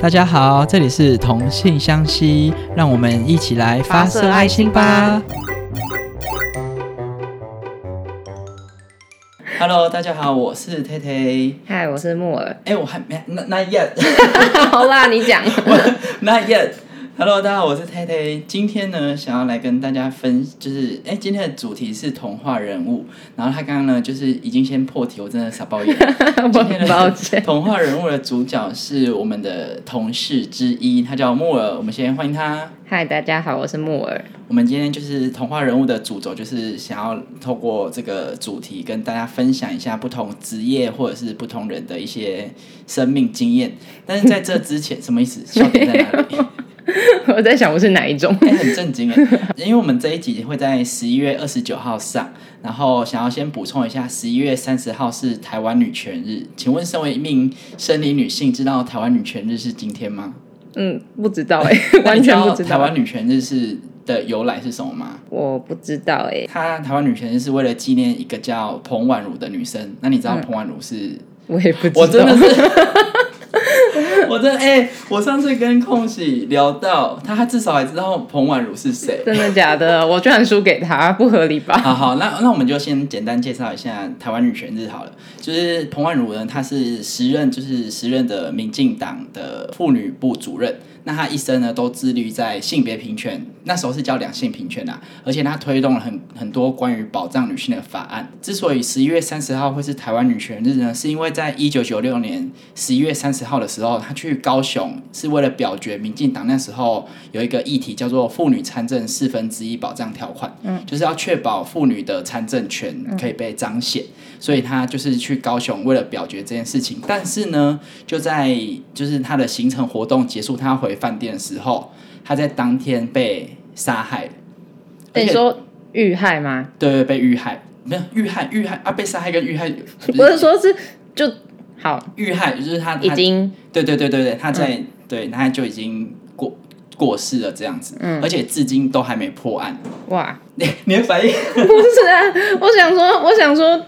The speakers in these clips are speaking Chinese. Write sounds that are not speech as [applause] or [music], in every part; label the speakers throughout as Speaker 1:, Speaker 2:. Speaker 1: 大家好，这里是同性相吸，让我们一起来发射爱心吧。Hello，大家好，我是 Tay Tay。
Speaker 2: 嗨，我是木耳。 [laughs]
Speaker 1: 哎、我还没那那 [laughs] yet，
Speaker 2: 好啦，你
Speaker 1: [laughs]
Speaker 2: 讲。
Speaker 1: 那 yet。Hello，大家好，我是 Tay Tay。今天呢，想要来跟大家分，就是哎、今天的主题是童话人物。然后他刚刚呢，就是已经先破题，我真的傻爆眼。
Speaker 2: [laughs] 我
Speaker 1: 今天的
Speaker 2: 很抱歉。
Speaker 1: 童话人物的主角是我们的同事之一，他叫莫尔。我们先欢迎他。
Speaker 2: 嗨，大家好，我是木耳。
Speaker 1: 我们今天就是童话人物的主轴，就是想要透过这个主题跟大家分享一下不同职业或者是不同人的一些生命经验。但是在这之前，什么意思？笑点在哪里？
Speaker 2: 我在想我是哪一种。
Speaker 1: 哎、很震惊哎， [laughs] 因为我们这一集会在十一月二十九号上，然后想要先补充一下，十一月三十号是台湾女权日。请问，身为一名生理女性，知道台湾女权日是今天吗？
Speaker 2: 嗯，不知道哎、
Speaker 1: [laughs] 那
Speaker 2: 完
Speaker 1: 你
Speaker 2: 全不知
Speaker 1: 台
Speaker 2: 道。
Speaker 1: 湾女权日是的由来是什么吗？
Speaker 2: 我不知道哎、
Speaker 1: 她台湾女权日是为了纪念一个叫彭婉如的女生。那你知道彭婉如是？
Speaker 2: 我也嗯不知道。
Speaker 1: 我真的是。 [laughs] 我真的哎、我上次跟空喜聊到，他至少还知道彭婉如是谁。
Speaker 2: 真的假的？我居然输给他，不合理吧？
Speaker 1: [laughs] 好好，那那我们就先简单介绍一下台湾女权日好了。就是彭婉如呢，她是时任就是时任的民进党的妇女部主任。那她一生呢都致力在性别平权，那时候是叫两性平权啊，而且她推动了很很多关于保障女性的法案。之所以十一月三十号会是台湾女权日呢，是因为在一九九六年十一月三十号的时候，她去高雄是为了表决民进党那时候有一个议题叫做妇女参政四分之一保障条款，就是要确保妇女的参政权可以被彰显，所以他就是去高雄为了表决这件事情。但是呢，就在就是他的行程活动结束，他回饭店的时候，他在当天被杀害了，而
Speaker 2: 你
Speaker 1: 且
Speaker 2: 说遇害吗？
Speaker 1: 对对被遇害，没有遇害遇害啊，被杀害跟遇害不
Speaker 2: 不是说是就好，
Speaker 1: 遇害，就是他
Speaker 2: 已
Speaker 1: 他
Speaker 2: 经
Speaker 1: 对对对对对，他在、对他就已经过过世了这样子，而且至今都还没破案。 [laughs]
Speaker 2: 哇，
Speaker 1: 你你的反应
Speaker 2: 不是啊！我想说，我想说，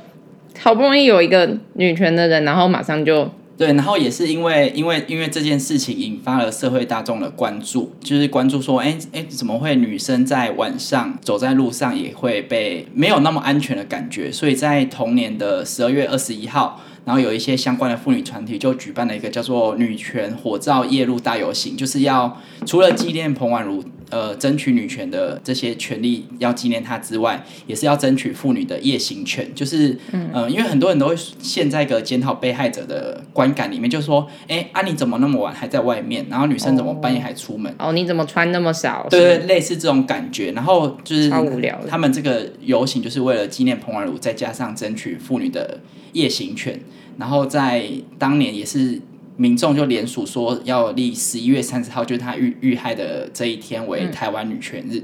Speaker 2: 好不容易有一个女权的人，然后马上就
Speaker 1: 对，然后也是因为因为因为这件事情引发了社会大众的关注，就是关注说，哎哎，怎么会女生在晚上走在路上也会被没有那么安全的感觉？所以在同年的十二月二十一号。然后有一些相关的妇女团体就举办了一个叫做“女权火照夜路大游行”，就是要除了纪念彭婉如呃争取女权的这些权利要纪念她之外，也是要争取妇女的夜行权，就是嗯、呃因为很多人都会陷在一个检讨被害者的观感里面，就说，哎、啊你怎么那么晚还在外面？然后女生怎么半夜还出门？
Speaker 2: 哦，你怎么穿那么少？
Speaker 1: 对对，类似这种感觉。然后就是
Speaker 2: 超无聊的
Speaker 1: 他们这个游行就是为了纪念彭婉如，再加上争取妇女的夜行权。然后在当年也是民众就联署说要立十一月三十号，就是她遇遇害的这一天为台湾女权日。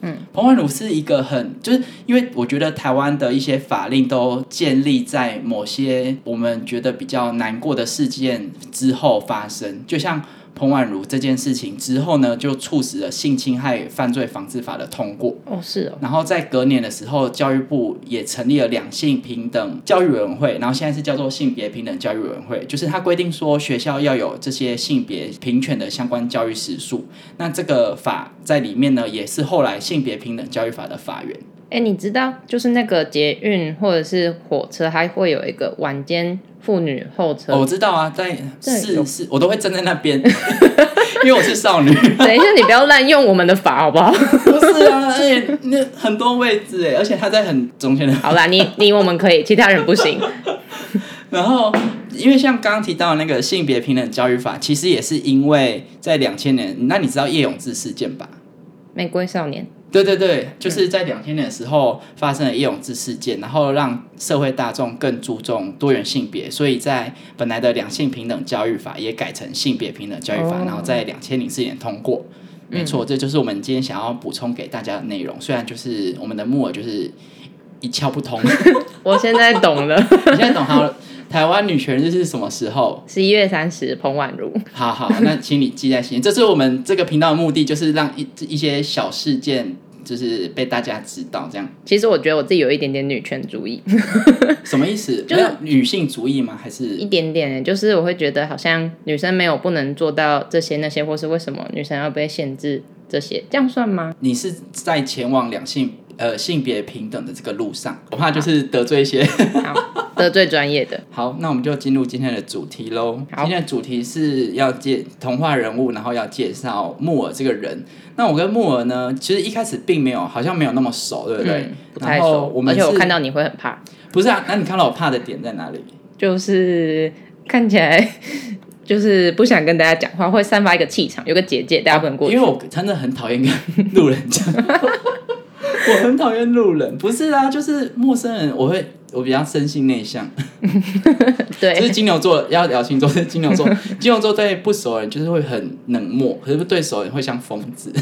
Speaker 1: 嗯，彭婉如是一个很，就是因为我觉得台湾的一些法令都建立在某些我们觉得比较难过的事件之后发生，就像彭婉如这件事情之后呢，就促使了性侵害犯罪防治法的通过。
Speaker 2: 哦，是哦，
Speaker 1: 然后在隔年的时候，教育部也成立了两性平等教育委员会，然后现在是叫做性别平等教育委员会，就是它规定说学校要有这些性别平权的相关教育时数。那这个法在里面呢，也是后来性别平等教育法的法源。
Speaker 2: 哎，你知道，就是那个捷运或者是火车，还会有一个晚间妇女候车。
Speaker 1: [laughs] 哦，我知道啊，在
Speaker 2: 对
Speaker 1: 是
Speaker 2: 有
Speaker 1: 是，我都会站在那边， [laughs] 因为我是少女。
Speaker 2: 等一下，你不要滥用我们的法好不
Speaker 1: [laughs]
Speaker 2: 好？
Speaker 1: 不是啊， [laughs] 而且那很多位置哎，而且他在很中间的
Speaker 2: 好啦，你你我们可以，其他人不行。
Speaker 1: [laughs] 然后，因为像刚刚提到的那个性别平等教育法，其实也是因为在两千年，那你知道叶永志事件吧？
Speaker 2: 玫瑰少年，
Speaker 1: 对对对，就是在两千年的时候发生了叶永志事件，然后让社会大众更注重多元性别，所以在本来的两性平等教育法也改成性别平等教育法，
Speaker 2: 哦
Speaker 1: 然后在两千零四年通过。没错，这就是我们今天想要补充给大家的内容。虽然就是我们的木耳就是一窍不 [laughs] 通，你
Speaker 2: 我现在懂了。
Speaker 1: 现在懂好了台湾女权日是什么时候？
Speaker 2: 十一月三十，彭婉如。
Speaker 1: 好好，那请你记在心里。这是我们这个频道的目的，就是让一一些小事件就是被大家知道这样，
Speaker 2: 其实我觉得我自己有一点点女权主义，
Speaker 1: 什么意思？
Speaker 2: 就是
Speaker 1: 没有女性主义吗？还
Speaker 2: 一
Speaker 1: 是
Speaker 2: 点点欸，就是我会觉得好像女生没有不能做到这些那些，或是为什么女生要被限制这些，这样算吗？
Speaker 1: 你是在前往两性呃性别平等的这个路上？我怕就是得罪一些。 [laughs]
Speaker 2: 好，这最专业的。
Speaker 1: 好，那我们就进入今天的主题喽。
Speaker 2: 好
Speaker 1: 今天的主题是要介童话人物，然后要介绍木耳这个人。那我跟木耳呢，其实一开始并没有，好像没有那么熟，对不对？
Speaker 2: 嗯，不太
Speaker 1: 然后
Speaker 2: 熟，
Speaker 1: 我们
Speaker 2: 而且我
Speaker 1: 是
Speaker 2: 看到你会很怕，
Speaker 1: 不是啊，那你看到我怕的点在哪里？
Speaker 2: 就是看起来 [laughs] 就是不想跟大家讲话，会散发一个气场，有个结界，大家不能过去。
Speaker 1: 因为我真的很讨厌跟 [laughs] 路人讲话，我很讨厌路人。不是啊，就是陌生人，我会我比较生性内向，就是
Speaker 2: 对，
Speaker 1: 金牛座要聊星座是金
Speaker 2: [laughs]
Speaker 1: 牛座，金牛座对不熟人就是会很冷漠，可是对熟人会像疯子。 [laughs]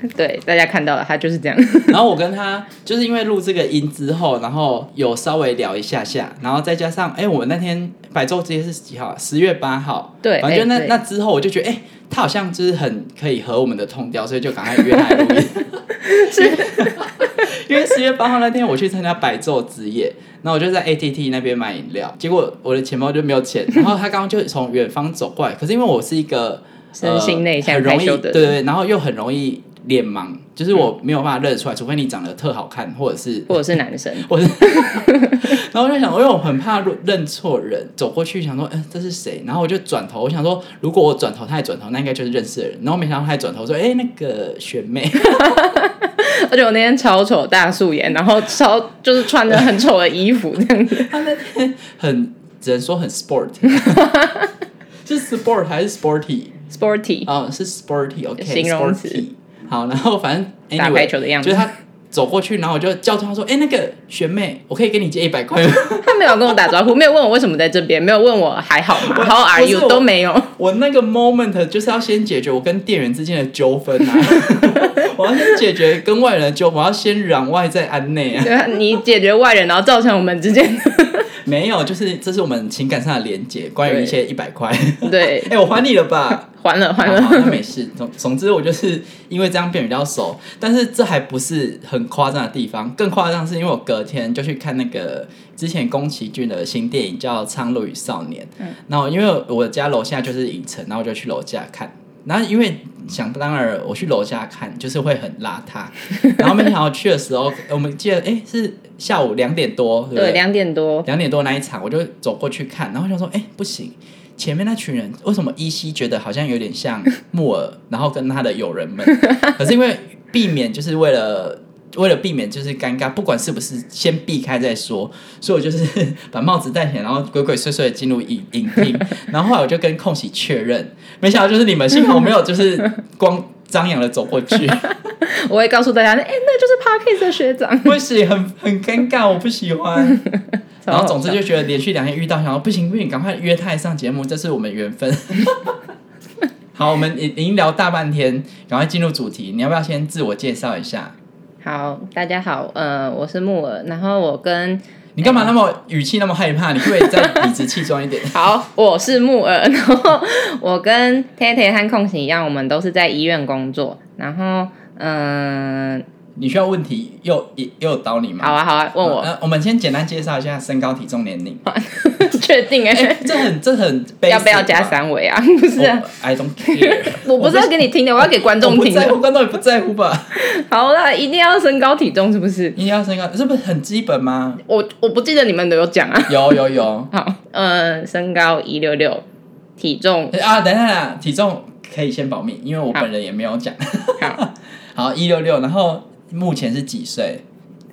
Speaker 2: [laughs] 对，大家看到了，他就是这样。
Speaker 1: 然后我跟他就是因为录这个音之后，然后有稍微聊一下下，然后再加上哎、我那天百昼之夜是几号啊？十月八号。
Speaker 2: 对
Speaker 1: 反正就那、
Speaker 2: 哎对
Speaker 1: 那之后我就觉得哎、他好像就是很可以合我们的痛调，所以就赶快约他来录
Speaker 2: [laughs]
Speaker 1: 音。 [laughs] 因为十月八号那天我去参加百昼之夜，然后我就在 ATT 那边买饮料，结果我的钱包就没有
Speaker 2: [laughs]
Speaker 1: 钱，然后他刚刚就从远方走过来，可是因为我是一个
Speaker 2: 身心内向
Speaker 1: 呃、很容
Speaker 2: 害
Speaker 1: 易
Speaker 2: 羞
Speaker 1: 对
Speaker 2: 的嗯
Speaker 1: 对对，然后又很容易脸盲，就是我没有办法认得出来，除非你长得特好看，或者是
Speaker 2: 或者是男生，
Speaker 1: 我是， [laughs] 然后我就想，因为我很怕认错人，走过去想说，嗯、这是谁？然后我就转头，我想说，如果我转头，他也转头，那应该就是认识的人。然后没想到他还转头说，哎、那个学妹，
Speaker 2: 而且我那天超丑，大素颜，然后超就是穿着很丑的衣服这样子，
Speaker 1: 很只能说很 sport，是 sport 还是 sporty？
Speaker 2: sporty，
Speaker 1: [laughs] 哦，是 sporty，OK，、
Speaker 2: 形容词
Speaker 1: sporty。好，然后反正 anyway,
Speaker 2: 打排球的样子
Speaker 1: 就是他走过去，然后我就叫住他说：“哎、那个学妹，我可以跟你借一百块吗？”
Speaker 2: 他没有跟我打招呼，没有问我为什么在这边，没有问我还好吗
Speaker 1: 我
Speaker 2: ，How are
Speaker 1: 不是
Speaker 2: you
Speaker 1: 我
Speaker 2: 都没有。 [laughs]
Speaker 1: 我那个 moment 就是要先解决我跟店员之间的纠纷啊， [laughs] 我要先解决跟外人的纠纷，我要先攘外再安内啊。
Speaker 2: [laughs] 对啊，你解决外人，然后造成我们
Speaker 1: [laughs]
Speaker 2: 之间的
Speaker 1: 没有，就是这是我们情感上的连结，关于一些一百块。 [laughs]
Speaker 2: 对
Speaker 1: 哎、我还你了吧？
Speaker 2: 还了还
Speaker 1: [laughs] 好
Speaker 2: 了
Speaker 1: 好，那没事。总总之，我就是因为这样变比较熟，但是这还不是很夸张的地方，更夸张是因为我隔天就去看那个之前宫崎骏的新电影叫《苍鹭与少年》，然后因为我家楼下就是影城，然后我就去楼下看。然后因为想当然尔，我去楼下看就是会很邋 [laughs] 遢，然后没想到去的时候，我们记得哎是下午两点多，对不
Speaker 2: 对，两点多，
Speaker 1: 两点多那一场，我就走过去看，然后想说，哎、不行，前面那群人为什么依稀觉得好像有点像木耳，然后跟他的友人们，可是因为避免就是为了。为了避免就是尴尬，不管是不是先避开再说，所以我就是 [laughs] 把帽子戴起来，然后鬼鬼祟祟的进入影影厅，然后后来我就跟空喜确认，没想到就是你们，幸好我没有就是光张扬的走过去，
Speaker 2: 我会告诉大家，哎、那就是 Parkes 的
Speaker 1: [laughs]
Speaker 2: 学长。
Speaker 1: 不行，很很尴尬，我不喜
Speaker 2: [laughs]
Speaker 1: 欢。然后总之就觉得连续两天遇到，想说不行不行，赶快约他来上节目，这是我们缘分。 [laughs] 好，我们已已经聊大半天，赶快进入主题。你要不要先自我介绍一下？
Speaker 2: 好，大家好，呃，我是木耳，然后我跟 [laughs]
Speaker 1: 你干嘛那么语气那么害怕？你可不可以再理直气壮一点？ [laughs]
Speaker 2: 好，我是木耳，然后我跟 t 铁和空行一样，我们都是在医院工作，然后嗯、
Speaker 1: 你需要问题诱引诱导你吗？
Speaker 2: 好啊好啊，问我、
Speaker 1: 呃我们先简单介绍一下身高、体重、年龄。
Speaker 2: [laughs] 确定
Speaker 1: [laughs]
Speaker 2: 哎、
Speaker 1: 这很这很 basic 吧
Speaker 2: 要不要加？三围啊？不是啊，
Speaker 1: 我？I don't
Speaker 2: [laughs]
Speaker 1: care。
Speaker 2: 我不是要给你听的，我要给观
Speaker 1: 我
Speaker 2: 众
Speaker 1: 不
Speaker 2: 听
Speaker 1: 在
Speaker 2: 的。
Speaker 1: 乎，观 [laughs] 众也不在乎吧？
Speaker 2: 好啦，一定要身高体重是不是？
Speaker 1: 一定要身高，这不是很基本吗？
Speaker 2: 我我不记得你们都有讲啊。
Speaker 1: [laughs] 有有有。
Speaker 2: 好，呃，身高一六六，体重
Speaker 1: 啊，等一下啦，体重可以先保密，因为我
Speaker 2: 好
Speaker 1: 本人也没有
Speaker 2: 啊
Speaker 1: 讲。
Speaker 2: 好
Speaker 1: 好，一六六，然后目前是几岁？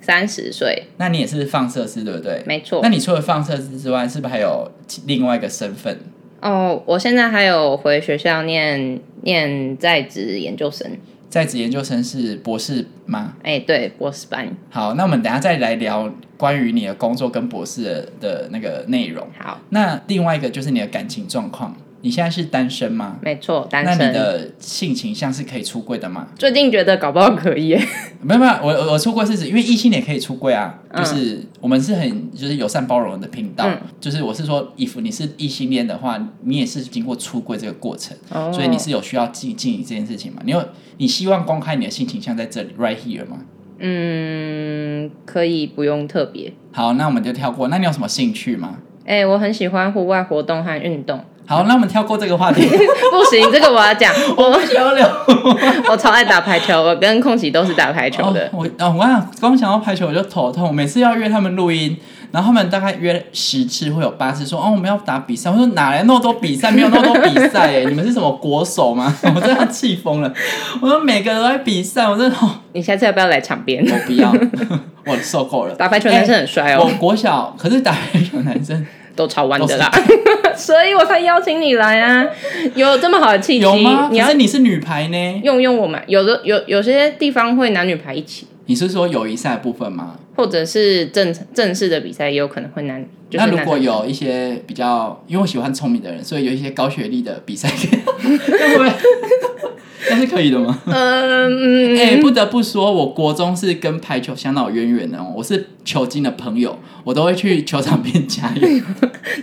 Speaker 2: 三十岁，
Speaker 1: 那你也是放射师对不对？
Speaker 2: 没错
Speaker 1: 那。你除了放射师之外，是不是还有其另外一个身份？
Speaker 2: 哦，我现在还有回学校念念在职研究生，
Speaker 1: 在职研究生是博士吗？
Speaker 2: 哎、对，博士班。
Speaker 1: 好，那我们等一下再来聊关于你的工作跟博士的的那个内容。
Speaker 2: 好，
Speaker 1: 那另外一个就是你的感情状况，你现在是单身吗？
Speaker 2: 没错，单
Speaker 1: 那你
Speaker 2: 身。
Speaker 1: 的性倾向是可以出柜的吗？
Speaker 2: 最近觉得搞不好可以耶，
Speaker 1: 没有没有，我我我出柜是指，因为异性也可以出柜啊，
Speaker 2: 嗯
Speaker 1: 就是我们是很就是友善包容的频道，
Speaker 2: 嗯
Speaker 1: 就是我是说，if 你是异性恋的话，你也是经过出柜这个过程，
Speaker 2: 哦
Speaker 1: [laughs] 所以你是有需要进进行这件事情嘛？你有你希望公开你的性倾向在这里 right here 吗？
Speaker 2: 哦嗯，可以不用特别。
Speaker 1: 好，那我们就跳过。那你有什么兴趣吗？
Speaker 2: 哎、我很喜欢户外活动和运动。 [laughs]
Speaker 1: 好，那我们跳过这个话题。
Speaker 2: 不行，这个我要
Speaker 1: [laughs]
Speaker 2: 讲。我
Speaker 1: 交流
Speaker 2: 我超爱打排球，我跟空喜都是打排球的。
Speaker 1: 哦、我哦，我想光想到排球我就头痛，我每次要约他们录音，然后他们大概约十次会有八次说哦我们要打比赛，我说哪来那么多比赛？没有那么多比赛耶！你们是什么国手吗？ [laughs] 我真的气疯了，我说每个人都在比赛，我真的、哦、
Speaker 2: 你下次要不要来场边
Speaker 1: 我不要， [laughs] 我受够了。
Speaker 2: 打排球？男生很
Speaker 1: 哦哎
Speaker 2: 帅哦
Speaker 1: 我，国小可是打排球男生
Speaker 2: 都超弯的啦， [laughs] 所以我才邀请你来啊。有这么好的契机
Speaker 1: 有吗？，
Speaker 2: [laughs] 你
Speaker 1: 可
Speaker 2: 要
Speaker 1: 是你是女排呢？
Speaker 2: 用用我们。有的有有些地方会男女排一起，
Speaker 1: 你是说友谊赛的部分吗？
Speaker 2: 或者是正正式的比赛也有可能会男。就是、
Speaker 1: 那如果，有一些比较，因为我喜欢聪明的人，所以有一些高学历的比赛， [laughs] 那会不会那是可以的吗？
Speaker 2: [laughs] 呃嗯，
Speaker 1: 哎、不得不说，我国中是跟排球相当有渊源的哦。我是球精的朋友，我都会去球场边加
Speaker 2: [laughs]
Speaker 1: 油。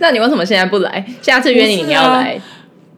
Speaker 2: 那你为什么现在不来？下次约
Speaker 1: 不是
Speaker 2: 你
Speaker 1: 啊
Speaker 2: 你要来。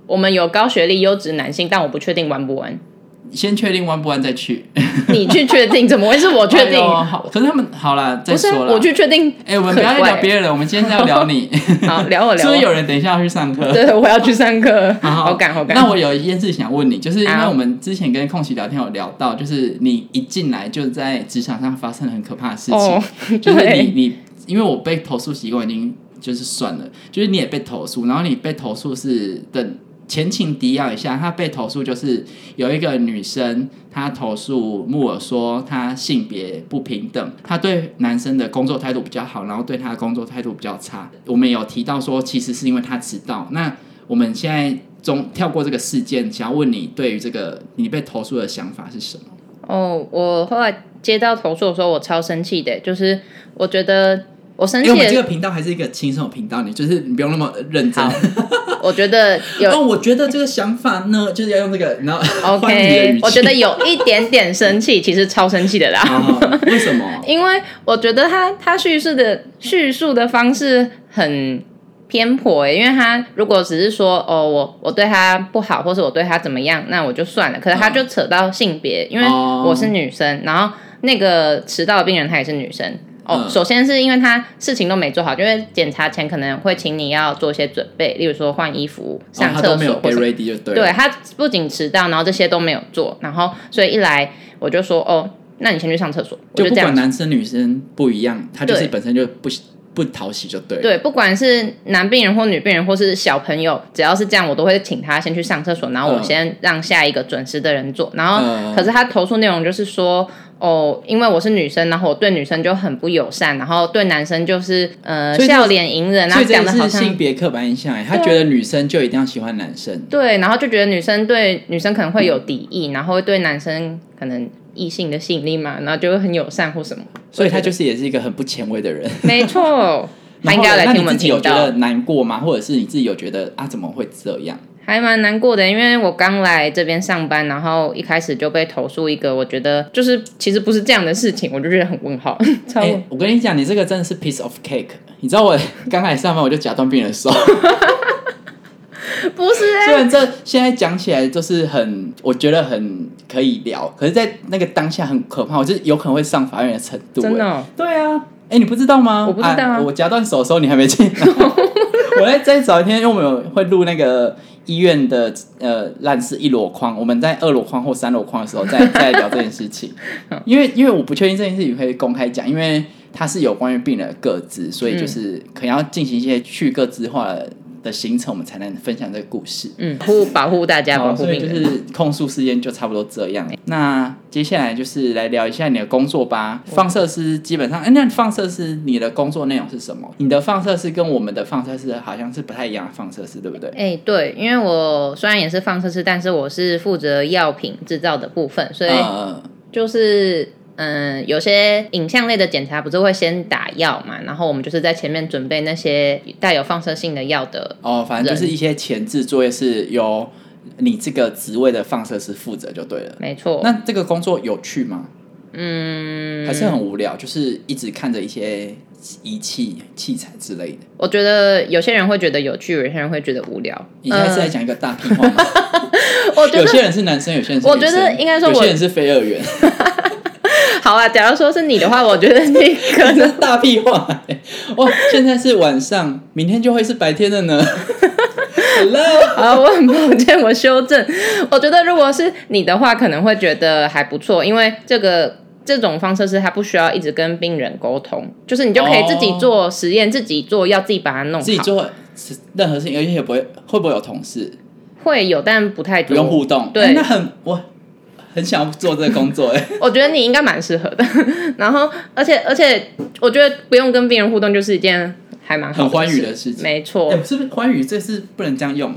Speaker 2: 我们有高学历优质男性，但我不确定玩不玩。 [laughs]
Speaker 1: 先确定玩不玩再去，
Speaker 2: 你去确定，怎么会是我确定？
Speaker 1: 哎呦好，可是他们好啦，再
Speaker 2: 不是啊
Speaker 1: 说啦。
Speaker 2: 我去
Speaker 1: [laughs]
Speaker 2: 确定。
Speaker 1: 哎、我们不要再
Speaker 2: 很怪
Speaker 1: 聊别人了，我们今天是要聊你。
Speaker 2: [laughs] 好，聊我
Speaker 1: 是不
Speaker 2: 聊啊我。
Speaker 1: 是有人等一下要去上课？
Speaker 2: 对，我要去上
Speaker 1: [laughs]
Speaker 2: 课，好赶好赶。
Speaker 1: 那我有一件事想问你，就是因为
Speaker 2: 好
Speaker 1: 我们之前跟空喜聊天有聊到，就是你一进来就在职场上发生了很可怕的事情，
Speaker 2: 哦， [laughs]
Speaker 1: 就是你
Speaker 2: 对
Speaker 1: 你因为我被投诉习惯已经就是算了，就是你也被投诉，然后你被投诉是等前情提要一下，她被投诉就是有一个女生她投诉木耳说她性别不平等，她对男生的工作态度比较好，然后对她的工作态度比较差。我们有提到说其实是因为她迟到，那我们现在。中跳过这个事件，想要问你对于这个你被投诉的想法是什么？
Speaker 2: 哦，我后来接到投诉的时候，我超生气的，就是我觉得我生
Speaker 1: 因
Speaker 2: 气
Speaker 1: 为我们这
Speaker 2: 的，
Speaker 1: 个频道还是一个轻松的频道，你就是你不用那么认真
Speaker 2: 好。我觉得有
Speaker 1: 哦，我觉得这个想法呢， [laughs] 就是要用这个，然后 [laughs] 换你的语
Speaker 2: OK，
Speaker 1: 气
Speaker 2: 我觉得有一点点生气，其实超生气的啦。
Speaker 1: 哦为什么？
Speaker 2: [laughs] 因为我觉得他他叙事的叙述的方式很偏颇诶，因为他如果只是说哦我我对他不好，或是我对他怎么样，那我就算了。可是他就扯到性别，因为
Speaker 1: 哦
Speaker 2: 我是女生，然后那个迟到的病人她也是女生。哦，
Speaker 1: 嗯
Speaker 2: 首先是因为他事情都没做好，因为检查前可能会请你要做一些准备，例如说换衣服、
Speaker 1: 哦
Speaker 2: 上
Speaker 1: 他
Speaker 2: 厕
Speaker 1: 都没
Speaker 2: 所
Speaker 1: 有
Speaker 2: 或
Speaker 1: get
Speaker 2: 是
Speaker 1: ready 就对了。
Speaker 2: 对他不仅迟到，然后这些都没有做，然后所以一来我就说哦，那你先去上厕所，我
Speaker 1: 就
Speaker 2: 这
Speaker 1: 不
Speaker 2: 样
Speaker 1: 管男生女生不一样，他就是
Speaker 2: 对
Speaker 1: 本身就不喜不讨喜就对了。
Speaker 2: 对，不管是男病人或女病人，或是小朋友，只要是这样，我都会请他先去上厕所，然后我
Speaker 1: 嗯
Speaker 2: 先让下一个准时的人做。然后，
Speaker 1: 嗯
Speaker 2: 可是他投诉内容就是说，哦，因为我是女生，然后我对女生就很不友善，然后对男生就是呃
Speaker 1: 所以这
Speaker 2: 笑脸迎人，然
Speaker 1: 所
Speaker 2: 后
Speaker 1: 以这
Speaker 2: 讲的好
Speaker 1: 个是
Speaker 2: 像
Speaker 1: 性别刻板印象欸，他觉得女生就一定要喜欢男生。
Speaker 2: 对，然后就觉得女生对女生可能会有敌意，然后会对男生可能异性的吸引力嘛，然后就会很友善或什么。
Speaker 1: 所以他
Speaker 2: 我觉
Speaker 1: 就是也是一个很不前卫的人。
Speaker 2: 得没
Speaker 1: [laughs]
Speaker 2: 错，他
Speaker 1: 然
Speaker 2: 应
Speaker 1: 后
Speaker 2: 该
Speaker 1: 呢
Speaker 2: 来
Speaker 1: 那
Speaker 2: 听
Speaker 1: 你
Speaker 2: 我
Speaker 1: 自
Speaker 2: 们
Speaker 1: 己有
Speaker 2: 频
Speaker 1: 觉
Speaker 2: 道
Speaker 1: 得。难过吗？或者是你自己有觉得啊怎么会这样？
Speaker 2: 还蛮难过的，因为我刚来这边上班，然后一开始就被投诉一个，我觉得就是其实不是这样的事情，我就觉得很问号。 [laughs] 超、
Speaker 1: 哎，我跟你讲，你这个真的是 piece of cake。你知道我刚开始上班我就假装病人手，
Speaker 2: 不是
Speaker 1: 虽
Speaker 2: 啊，
Speaker 1: 然这现在讲起来就是很，我觉得很可以聊，可是，在那个当下很可怕，我就是有可能会上法院的程度。
Speaker 2: 真的
Speaker 1: 哎
Speaker 2: 哦、
Speaker 1: 对啊，哎、你不知道吗？哎
Speaker 2: 我不知道啊
Speaker 1: 我夹断手的时候你还没
Speaker 2: [laughs]
Speaker 1: 进来。我在再找一天，因为我们有会录那个医院的呃烂事一箩筐，我们在二箩筐或三箩筐的时候再 [laughs] 再聊这件事情。因为因为我不确定这件事情可以公开讲，因为它是有关于病人的个资，所以
Speaker 2: 嗯
Speaker 1: 就是可能要进行一些去个资化的的行程，我们才能分享这个故事。
Speaker 2: 嗯，护保护大家，
Speaker 1: 好，
Speaker 2: 保护
Speaker 1: 哦所以
Speaker 2: 病
Speaker 1: 就
Speaker 2: 人。
Speaker 1: 是控诉事件就差不多这样。那接下来就是来聊一下你的工作吧。放射师基本上，哎、那放射师你的工作内容是什么？你的放射师跟我们的放射师好像是不太一样的放射师，对不对？
Speaker 2: 哎、对，因为我虽然也
Speaker 1: 啊
Speaker 2: 是放射师，但是我是负责药品制造的部分，所以
Speaker 1: 呃，
Speaker 2: 就是嗯，有些影像类的检查不是会先打药嘛，然后我们就是在前面准备那些带有放射性的药的。
Speaker 1: 哦，反正就是一些前置作业是由你这个职位的放射师负责就对了。
Speaker 2: 没错，
Speaker 1: 那这个工作有趣吗？
Speaker 2: 嗯，
Speaker 1: 还是很无聊，就是一直看着一些仪器、器材之类的。
Speaker 2: 我觉得有些人会觉得有趣，有些人会觉得无聊。
Speaker 1: 你现在是在讲一个大屁话吗？
Speaker 2: [laughs] 我觉
Speaker 1: 有
Speaker 2: 得
Speaker 1: 些人是男生，有些人是
Speaker 2: 我
Speaker 1: 女生
Speaker 2: 觉得应该说
Speaker 1: 有
Speaker 2: 我
Speaker 1: 些人是非二
Speaker 2: [laughs]
Speaker 1: 元， [laughs]
Speaker 2: 好啊，假如说是你的话，我觉得你
Speaker 1: 这
Speaker 2: 可能 [laughs]
Speaker 1: 是大屁话、欸。哇，现在是晚上，明天就会是白天了呢。Hello，
Speaker 2: 啊，我很抱歉，我修正。我觉得如果是你的话，可能会觉得还不错，因为这个这种方式是它不需要一直跟病人沟通，就是你就可以自己做实验、自己做药，自己把它弄好。
Speaker 1: 自己做任何事情，而且也不会会不会有同事
Speaker 2: 会有，但不太
Speaker 1: 不
Speaker 2: 多。
Speaker 1: 用互动？
Speaker 2: 对
Speaker 1: 欸那很我很想要做这个工作哎、欸
Speaker 2: 我觉得你应该蛮适合的。 [laughs] 然后，而且而且，我觉得不用跟病人互动就是一件还蛮好
Speaker 1: 很欢愉
Speaker 2: 的
Speaker 1: 的事情
Speaker 2: 没错，
Speaker 1: 欸是不是欢愉？这是不能这样用。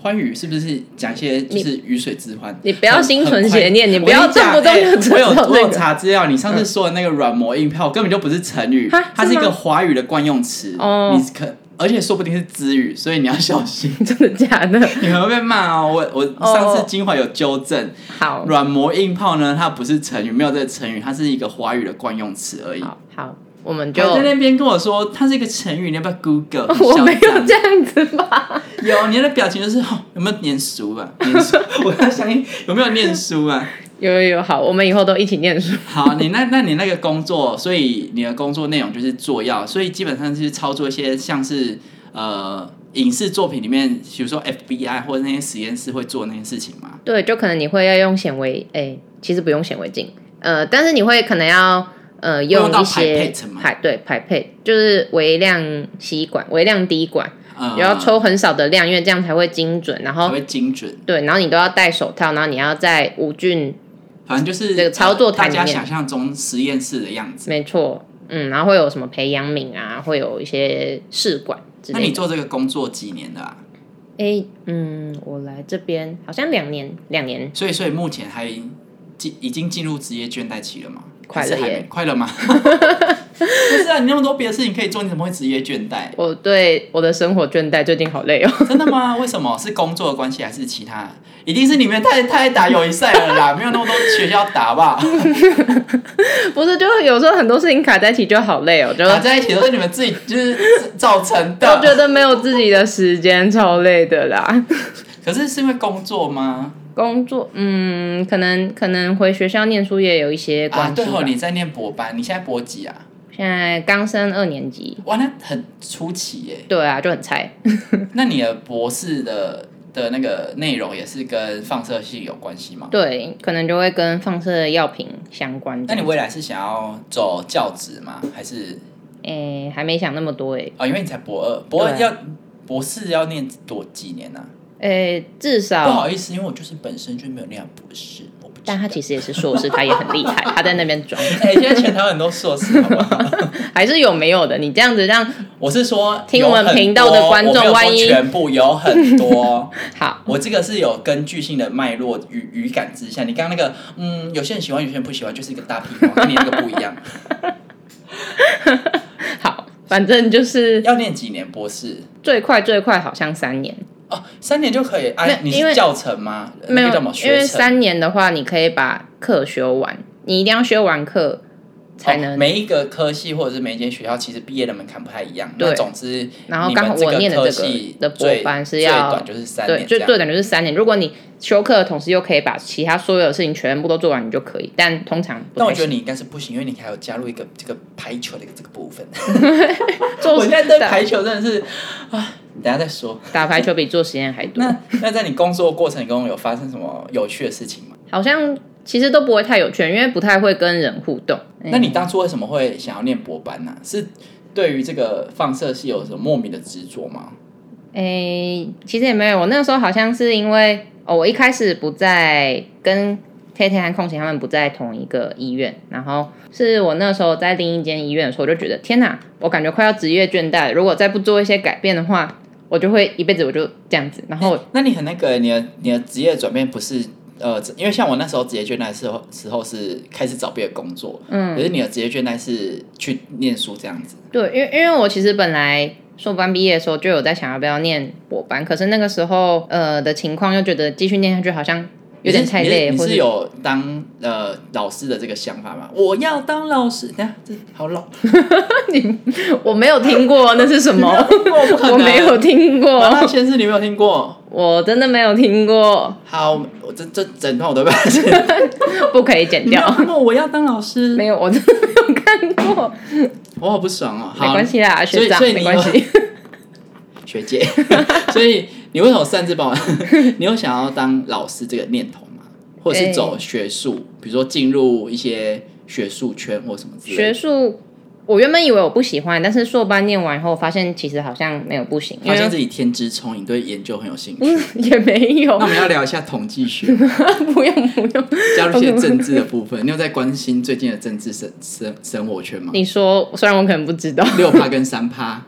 Speaker 1: 欢愉是不是讲一些就是鱼水之欢？
Speaker 2: 你不要心存
Speaker 1: 很
Speaker 2: 邪念
Speaker 1: 很
Speaker 2: 你不要
Speaker 1: 我跟讲
Speaker 2: 动不动
Speaker 1: 欸
Speaker 2: 就知道
Speaker 1: 我有我有
Speaker 2: 这个
Speaker 1: 查资料，你上次说的那个软磨硬泡根本就不是成语
Speaker 2: 哈，
Speaker 1: 它是
Speaker 2: 是
Speaker 1: 一
Speaker 2: 吗
Speaker 1: 个华语的惯用词。
Speaker 2: 哦
Speaker 1: 你可而且说不定是词语，所以你要小心，
Speaker 2: [laughs] 真的假的？
Speaker 1: 你们会被骂哦。我我
Speaker 2: 哦
Speaker 1: 上次金华有纠正，
Speaker 2: 好，
Speaker 1: 软磨硬泡呢，它不是成语，没有这个成语，它是一个华语的惯用词而已。
Speaker 2: 好，好，我们
Speaker 1: 你
Speaker 2: 就。
Speaker 1: 在那边跟我说它是一个成语，你要不要 Google？
Speaker 2: [laughs] 我没
Speaker 1: 小张
Speaker 2: 有这样子吧？
Speaker 1: 有，你的表情就是、 [laughs] 哦、有没有念书啊？念书， [laughs] 我在想你有没有念书啊？
Speaker 2: 有有有，好，我们以后都一起念书。 [laughs]
Speaker 1: 好，你那那你那个工作，所以你的工作内容就是做药，所以基本上是操作一些像是呃影视作品里面，比如说 FBI 或者那些实验室会做那些事情嘛。
Speaker 2: 对，就可能你会要用显微，哎、其实不用显微镜，呃，但是你会可能要呃
Speaker 1: 用到
Speaker 2: 一些
Speaker 1: pipette 吗
Speaker 2: 排对排配，就是微量吸管、微量滴管，
Speaker 1: 呃，
Speaker 2: 然后啊抽很哦少的量，因为这样才会精准。然
Speaker 1: 才
Speaker 2: 后
Speaker 1: 会精准，
Speaker 2: 对，然后你都要戴手套，然后你要在无菌，
Speaker 1: 反正就是
Speaker 2: 这个操作
Speaker 1: 呃大
Speaker 2: 台里
Speaker 1: 家
Speaker 2: 面
Speaker 1: 想象中实验室的样子。
Speaker 2: 没错，嗯，然后会有什么培养皿啊，会有一些试管之
Speaker 1: 那
Speaker 2: 类
Speaker 1: 你
Speaker 2: 的。
Speaker 1: 做这个工作几年了、啊？
Speaker 2: 哎，嗯，我来这边好像两年，两年
Speaker 1: 所以，所以目前还进已经进入职业倦怠期了吗？
Speaker 2: 快乐
Speaker 1: 还是还
Speaker 2: 耶
Speaker 1: 没快乐
Speaker 2: [laughs]
Speaker 1: 吗？不是啊，你那么多别的事情可以做，你怎么会职业倦怠？
Speaker 2: 我对我的生活倦怠，最近好累哦。 [laughs]
Speaker 1: 真的吗？为什么？是工作的关系还是其他？一定是你们太太打友谊赛了啦，没有那么多学校打吧？
Speaker 2: 不是，就是有时候很多事情卡在一起就好累哦，就
Speaker 1: 打在一起都是你们自己就是造成
Speaker 2: 都觉
Speaker 1: 的。
Speaker 2: 得没有自己的时间，超累的啦。
Speaker 1: 可是是因为工作吗？
Speaker 2: 工作，嗯，可能可能回学校念书也有一些
Speaker 1: 啊，
Speaker 2: 关系
Speaker 1: 对
Speaker 2: 吧。
Speaker 1: 哦，你在念博班，你现在博几啊？
Speaker 2: 现在刚升二年级，
Speaker 1: 哇，那很出奇耶。
Speaker 2: 对啊，就很菜。
Speaker 1: 那你的博士的的那个内容也是跟放射性有关系吗？
Speaker 2: 对，可能就会跟放射药品相关
Speaker 1: 那
Speaker 2: 的。
Speaker 1: 你未来是想要走教职吗？还是
Speaker 2: 诶、还没想那么多诶、
Speaker 1: 啊、因为你才博二，博二
Speaker 2: 对
Speaker 1: 要博士要念多几年呢、
Speaker 2: 诶、至
Speaker 1: 啊？不
Speaker 2: 少，
Speaker 1: 好意思，因为我就是本身就没有念博士，我不知道。 [laughs]
Speaker 2: 但他其实也是硕士，他也很厉害，他在那边装， [laughs]
Speaker 1: 哎、现在全台湾很多硕士，好不好？
Speaker 2: 还是有没有的？你这样子让
Speaker 1: 我是说，
Speaker 2: [laughs] 听我们
Speaker 1: 有很多
Speaker 2: 频道的观众
Speaker 1: 我没有说
Speaker 2: 万一
Speaker 1: 全部有很多，
Speaker 2: 好，
Speaker 1: 我这个是有根据性的脉络语语感之下。你刚刚那个，嗯，有些人喜欢，有些人不喜欢，就是一个大屁话，跟你那个不一样。 [laughs]
Speaker 2: 好，反正就是
Speaker 1: 要念几年博士？
Speaker 2: 最快最快好像三年。
Speaker 1: 哦，三年就可以。
Speaker 2: 没
Speaker 1: 哎、
Speaker 2: 有
Speaker 1: 你
Speaker 2: 因
Speaker 1: 是
Speaker 2: 为
Speaker 1: 教程吗？
Speaker 2: 没有
Speaker 1: 那个叫什么，
Speaker 2: 因为
Speaker 1: 学程？
Speaker 2: 三年的话，你可以把课修完，你一定要修完课才
Speaker 1: 哦
Speaker 2: 能。
Speaker 1: 每一个科系或者是每一间学校，其实毕业的门槛不太一样。
Speaker 2: 对
Speaker 1: 那总之，
Speaker 2: 然后刚好
Speaker 1: 你们
Speaker 2: 我念的
Speaker 1: 科
Speaker 2: 这个
Speaker 1: 系
Speaker 2: 的
Speaker 1: 最
Speaker 2: 博班是要
Speaker 1: 最短就是三
Speaker 2: 对，
Speaker 1: 年，
Speaker 2: 就
Speaker 1: 这样
Speaker 2: 对，等就是三年。如果你修课的同时又可以把其他所有的事情全部都做完，你就可以。但通常不
Speaker 1: 但我
Speaker 2: 太
Speaker 1: 觉得
Speaker 2: 行。
Speaker 1: 你应该是不行，因为你还有加入一个这个排球的这个部
Speaker 2: [laughs]
Speaker 1: 分。
Speaker 2: 做
Speaker 1: 我现在对
Speaker 2: 打
Speaker 1: 排球真的是啊，等一下再说。
Speaker 2: 打排球比做实验还多，
Speaker 1: 那那在你工作过程中有发生什么有趣的事情吗？
Speaker 2: 好像其实都不会太有趣，因为不太会跟人互动。
Speaker 1: 那你当初为什么会想要念博班呢、啊是对于这个放射系有什么莫名的执着吗？
Speaker 2: 诶、其实也没有，我那时候好像是因为哦，我一开始不在跟天天和空晴他们不在同一个医院，然后是我那时候在另一间医院的时候，我就觉得天哪，我感觉快要职业倦怠了，如果再不做一些改变的
Speaker 1: [laughs]
Speaker 2: 话，我就会一辈子我就这样子。然后我
Speaker 1: 那你很那个，你的你的职业转变不是呃，因为像我那时候职业倦怠的时候，时候是开始找别的工作，嗯，可是你的职业倦怠是去念书这样子，
Speaker 2: 对，因为因为我其实本来硕班毕业的时候就有在想要不要念博班，可是那个时候呃的情况又觉得继续念下去好像有点太累，
Speaker 1: 你是你
Speaker 2: 或
Speaker 1: 是
Speaker 2: 是
Speaker 1: 有当呃老师的这个想法吗？我要当老师，等一下这好老，
Speaker 2: 我没有听过那是什么，
Speaker 1: 我
Speaker 2: [laughs] [laughs] 我没
Speaker 1: [laughs]
Speaker 2: 有听
Speaker 1: 麻辣
Speaker 2: [laughs] 过，
Speaker 1: 鲜师你没有听过？
Speaker 2: 我真的没有听过，
Speaker 1: 好，我这这整段我都不要讲。
Speaker 2: [laughs] 不可以剪
Speaker 1: 你没有
Speaker 2: 掉。
Speaker 1: 看过我要当老师，
Speaker 2: [laughs] 没有，我真的没有看过，
Speaker 1: 我好不爽哦。
Speaker 2: [laughs] 没
Speaker 1: 好，
Speaker 2: 关系啦，
Speaker 1: 所以
Speaker 2: 学长，
Speaker 1: 所以你
Speaker 2: 没关系。
Speaker 1: 学姐， [laughs] 所以你为什么擅自帮我？ [laughs] 你有想要当老师这个念头吗？或者是走学术，比如说进入一些学术圈或什么
Speaker 2: [laughs]
Speaker 1: 之类
Speaker 2: 学
Speaker 1: 的？
Speaker 2: 术，我原本以为我不喜欢，但是硕班念完以后，发现其实好像没有不行，因
Speaker 1: 发现自
Speaker 2: 为
Speaker 1: 己天资聪颖，对研究很有兴趣。
Speaker 2: [laughs] 也没
Speaker 1: [laughs]
Speaker 2: 有啊
Speaker 1: 那我，们要聊一下统计 [laughs] 学，
Speaker 2: [laughs] 不用不用。
Speaker 1: 加入一些政治的部分。你有在关心最近的政治生生生活圈吗？
Speaker 2: [laughs] 你说，虽然我可能不知道， [laughs]
Speaker 1: 六趴跟三趴。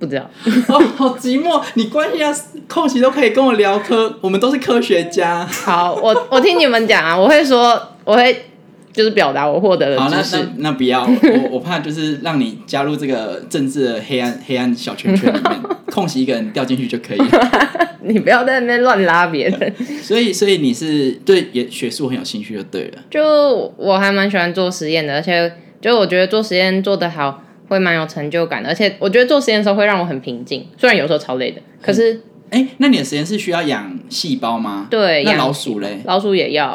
Speaker 2: 不知道，
Speaker 1: [laughs] 哦，好寂寞！你关心一下，空隙都可以跟我聊科，我们都是科学家。
Speaker 2: 好，我我听你们讲啊，我会说，我会就是表达我获得
Speaker 1: 好，
Speaker 2: 的
Speaker 1: 那
Speaker 2: 知
Speaker 1: 那
Speaker 2: 识。
Speaker 1: 那不要，我我怕就是让你加入这个政治的黑暗黑暗小圈圈里
Speaker 2: [laughs]
Speaker 1: 面，空隙一个人掉进去就可以了。 [laughs]
Speaker 2: 你不要在那边乱拉别人。
Speaker 1: 所以，所以你是对也学术很有兴趣就对了。
Speaker 2: 就我还蛮喜欢做实验的，而且就我觉得做实验做得好会蛮有成就感的，而且我觉得做实验的时候会让我很平静，虽然有时候超累的，可是
Speaker 1: 哎、那你的实验室需要养细胞吗？
Speaker 2: 对
Speaker 1: 那
Speaker 2: 养
Speaker 1: 老鼠嘞？
Speaker 2: 老鼠也要。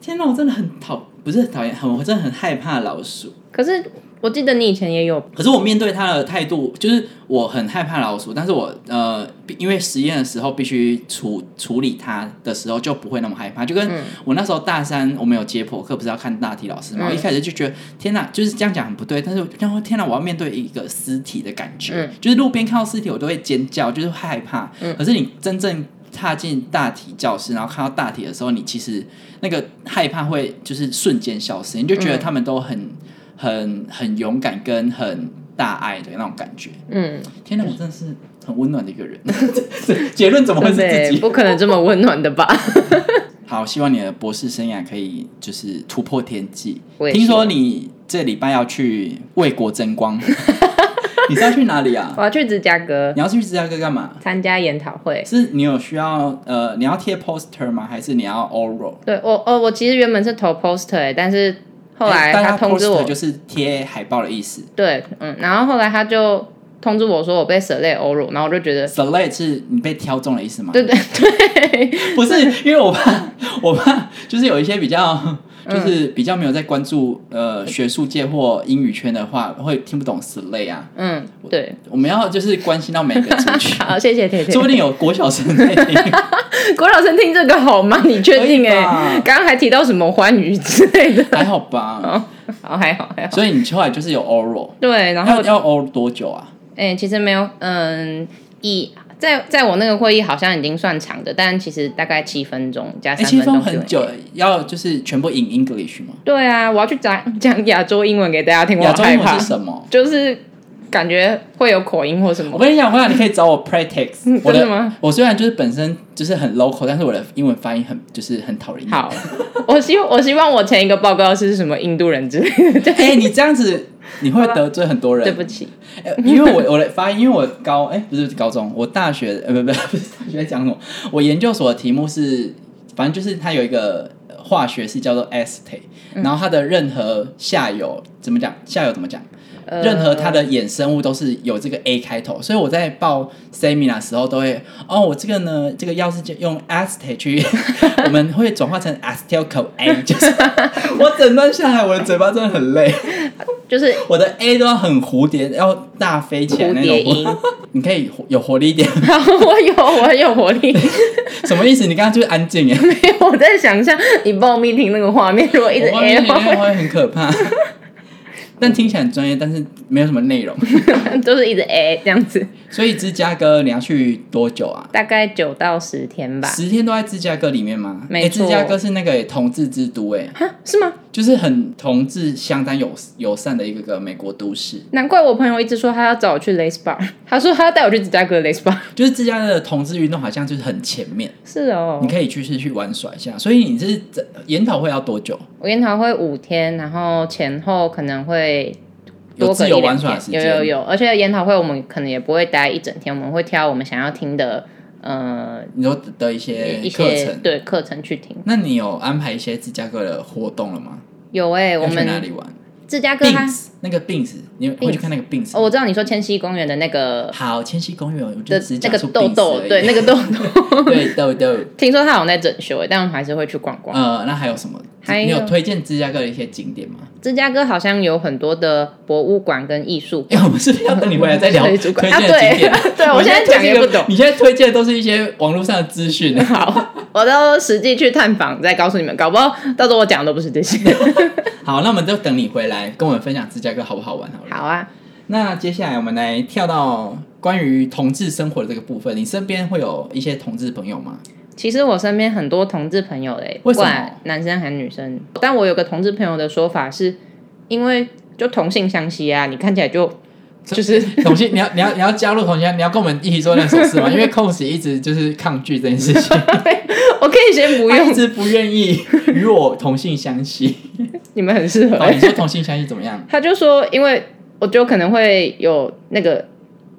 Speaker 1: 天哪，我真的很讨，不是很讨厌，很我真的很害怕老鼠。
Speaker 2: 可是我记得你以前也有，
Speaker 1: 可是我面对它的态度，就是我很害怕老鼠，但是我呃，必因为实验的时候必须处处理它的时候就不会那么害怕。就跟
Speaker 2: 嗯
Speaker 1: 我那时候大三，我们有解剖课，不是要看大体老师嘛？
Speaker 2: 嗯
Speaker 1: 我一开始就觉得天哪，就是这样讲很不对，但是然后天哪，我要面对一个尸体的感觉，
Speaker 2: 嗯
Speaker 1: 就是路边看到尸体我都会尖叫，就是害怕。可是你真正踏进大体教室，然后看到大体的时候，你其实那个害怕会就是瞬间消失，你就
Speaker 2: 嗯
Speaker 1: 觉得他们都很。很很勇敢跟很大爱的那种感觉。
Speaker 2: 嗯，
Speaker 1: 天哪，我真的是很温暖的一个
Speaker 2: [laughs]
Speaker 1: 人。结论怎么会
Speaker 2: 真
Speaker 1: 是
Speaker 2: 的
Speaker 1: 自
Speaker 2: 耶
Speaker 1: 己？
Speaker 2: 不可能这么温暖的
Speaker 1: [laughs]
Speaker 2: 吧？
Speaker 1: 好，希望你的博士生涯可以就是突破天际。
Speaker 2: 我也
Speaker 1: 听
Speaker 2: 希
Speaker 1: 说
Speaker 2: 望
Speaker 1: 你这礼拜要去为国争
Speaker 2: [laughs]
Speaker 1: 光，你是要去哪里啊？
Speaker 2: 我要去芝加哥
Speaker 1: 你要去芝加哥干嘛？
Speaker 2: 参加研讨会。
Speaker 1: 是你有需要呃，你要贴 poster 吗？还是你要 oral？
Speaker 2: 对我哦，我其实原本是投 poster，、欸、但是后来
Speaker 1: 大
Speaker 2: 他
Speaker 1: 家
Speaker 2: 通知
Speaker 1: 哎 poster
Speaker 2: 我，
Speaker 1: 就是贴海报的意思。
Speaker 2: 对，嗯，然后后来他就通知我说我被 select oral，然后我就觉得，
Speaker 1: select 是你被挑中的意思吗？
Speaker 2: 对对对，
Speaker 1: [laughs] 不是，因为我怕， [laughs] 我怕就是有一些比
Speaker 2: 嗯
Speaker 1: 较，就是比较没有在关注呃学术界或英语圈的话，会听不懂 slay 啊。
Speaker 2: 嗯，对，
Speaker 1: 我们要就是关心到每个族
Speaker 2: [laughs]
Speaker 1: 群，
Speaker 2: 好，谢谢铁铁
Speaker 1: 说。不定有国小生在听。
Speaker 2: 郭老师听这个好吗？你确定、
Speaker 1: 可以
Speaker 2: 欸？
Speaker 1: 吧
Speaker 2: 哎，刚刚还提到什么欢愉之类的， [laughs]
Speaker 1: 还好
Speaker 2: 哦
Speaker 1: 吧？
Speaker 2: 好还好还好。
Speaker 1: 所以你后来就是有 oral，
Speaker 2: 对，然后
Speaker 1: 要要 oral 多久啊？
Speaker 2: 哎、其实没有，嗯，一在在我那个会议好像已经算长的，但其实大概七分钟加
Speaker 1: 哎，
Speaker 2: 三
Speaker 1: 其
Speaker 2: 分
Speaker 1: 实
Speaker 2: 钟、
Speaker 1: 很久。，要就是全部 in English 吗？
Speaker 2: 对啊，我要去讲讲亚洲英文给大家听，我
Speaker 1: 亚
Speaker 2: 好
Speaker 1: 洲
Speaker 2: 害
Speaker 1: 英文
Speaker 2: 怕
Speaker 1: 是，什么？
Speaker 2: 就是感觉会有口音或什
Speaker 1: 我
Speaker 2: 么。
Speaker 1: 跟你讲，我想你可以找我
Speaker 2: [laughs]
Speaker 1: practice。
Speaker 2: 嗯
Speaker 1: 我
Speaker 2: 真的吗？
Speaker 1: 我虽然就是本身就是很 local，但是我的英文发音很就是很讨人厌。
Speaker 2: 好，我希我希望我前一个报告是什么印度人之类的，
Speaker 1: [laughs] 哎、你这样子你会得罪很多
Speaker 2: 对
Speaker 1: 人，
Speaker 2: 不起，
Speaker 1: 呃因为我我的发音，因为我高哎、不是高中，我大学呃不 [laughs] 不不是大学在讲什么，我研究所的题目是，反正就是它有一个呃化学是叫做 acetate，、然
Speaker 2: 嗯
Speaker 1: 后它的任何下游怎么讲，下游怎么讲，
Speaker 2: 呃
Speaker 1: 任何它的衍生物都是有这个 A 开头，所以我在报 seminar 的时候都会，哦，我这个呢，这个药是用 acetate 去， [laughs] 我们会转化成 acetyl CoA，就是 [laughs] 我整段下来，我的嘴巴真的很累。
Speaker 2: 就是 [laughs]
Speaker 1: 我的 A 都要很蝴蝶，要大飞起来
Speaker 2: 蝴
Speaker 1: 那
Speaker 2: 蝶
Speaker 1: 种。
Speaker 2: 音。
Speaker 1: [laughs] 你可以活有活力一点，
Speaker 2: 好，我有，我很有活力。
Speaker 1: 什么意思？你刚刚就是安静耶，
Speaker 2: [laughs] 没有，我在想象你报密听那个画面，如果一直
Speaker 1: 我
Speaker 2: A
Speaker 1: 面
Speaker 2: 的
Speaker 1: 你那
Speaker 2: [laughs] 话，
Speaker 1: 会很可怕。但听起来很专业，但是没有什么内容。
Speaker 2: 都是一直哎这样子，
Speaker 1: 所以芝加哥你要去多久啊？
Speaker 2: 大概九到十天吧，
Speaker 1: 十天都在芝加哥里面吗？
Speaker 2: 没
Speaker 1: 诶
Speaker 2: 错
Speaker 1: 芝加哥是那个同志之都，哎，
Speaker 2: 哈，是吗？
Speaker 1: 就是很同志相当友友善的一个个美国都市。
Speaker 2: 难怪我朋友一直说他要找我去 Lace Bar，他 [laughs] 说他要带我去芝加哥 Lace Bar， [laughs]
Speaker 1: 就是芝加哥的同志运动好像就是很前面，
Speaker 2: 是哦
Speaker 1: 你，可以去是去玩耍一下。所以你是这研讨会要多久？
Speaker 2: 我研讨会五天，然后前后可能会
Speaker 1: 有
Speaker 2: 多
Speaker 1: 自
Speaker 2: 个
Speaker 1: 由
Speaker 2: 一两
Speaker 1: 玩耍的时
Speaker 2: 天，
Speaker 1: 间，
Speaker 2: 有有有，而且研讨会我们可能也不会待一整天，我们会挑我们想要听的呃
Speaker 1: 你说的一
Speaker 2: 一
Speaker 1: 些课
Speaker 2: 些
Speaker 1: 程。
Speaker 2: 对课程去听。
Speaker 1: 那你有安排一些芝加哥的活动了吗？
Speaker 2: 有哎、我
Speaker 1: 要去哪
Speaker 2: 们
Speaker 1: 里玩
Speaker 2: 芝加哥它
Speaker 1: ？Bings 那个 Bings，你会去看那个 Bings？
Speaker 2: 哦，我知道你说千禧公园的那个
Speaker 1: 好，千禧公园，我就
Speaker 2: 的
Speaker 1: 只
Speaker 2: 哦那
Speaker 1: 讲
Speaker 2: 个
Speaker 1: 出
Speaker 2: 豆
Speaker 1: Bings
Speaker 2: 豆
Speaker 1: 而，已
Speaker 2: 对那个豆豆，
Speaker 1: [laughs] 对豆豆。
Speaker 2: [laughs] 听说他好像在整修哎，但我们还是会去逛逛。
Speaker 1: 呃，那还有什么？
Speaker 2: 还有
Speaker 1: 你有推荐芝加哥的一些景点吗？
Speaker 2: 芝加哥好像有很多的博物馆跟艺术馆，
Speaker 1: 哎因为我们是不是要等你回来
Speaker 2: [laughs]
Speaker 1: 再聊推荐
Speaker 2: 水族
Speaker 1: 的
Speaker 2: 馆
Speaker 1: 景
Speaker 2: 啊
Speaker 1: 点。
Speaker 2: [laughs] 对对我现在讲也不懂 [laughs]
Speaker 1: 你现在推荐的都是一些网络上的资讯。
Speaker 2: 好，我到实际去探访再告诉你们，搞不好到时候我讲的都不是这些。
Speaker 1: [laughs] 好，那我们就等你回来跟我们分享芝加哥好不好玩好了。
Speaker 2: 好啊，
Speaker 1: 那接下来我们来跳到关于同志生活的这个部分，你身边会有一些同志朋友吗？
Speaker 2: 其实我身边很多同志朋友嘞，
Speaker 1: 为
Speaker 2: 不
Speaker 1: 什么
Speaker 2: 管男生还是女生，但我有个同志朋友的说法是，因为就同性相吸啊，你看起来就就是
Speaker 1: [laughs] 同性，你要你要你要加入同性，你要跟我们一起做那首 [laughs] 事吗？因为 cos 一直就是抗拒这件事情，
Speaker 2: [laughs] 我可以先不
Speaker 1: 他一
Speaker 2: 用，
Speaker 1: 直不愿意与我同性相吸。
Speaker 2: 你们很适合
Speaker 1: [laughs] 哦，。你说同性相吸怎么样？
Speaker 2: 他就说，因为我就可能会有那个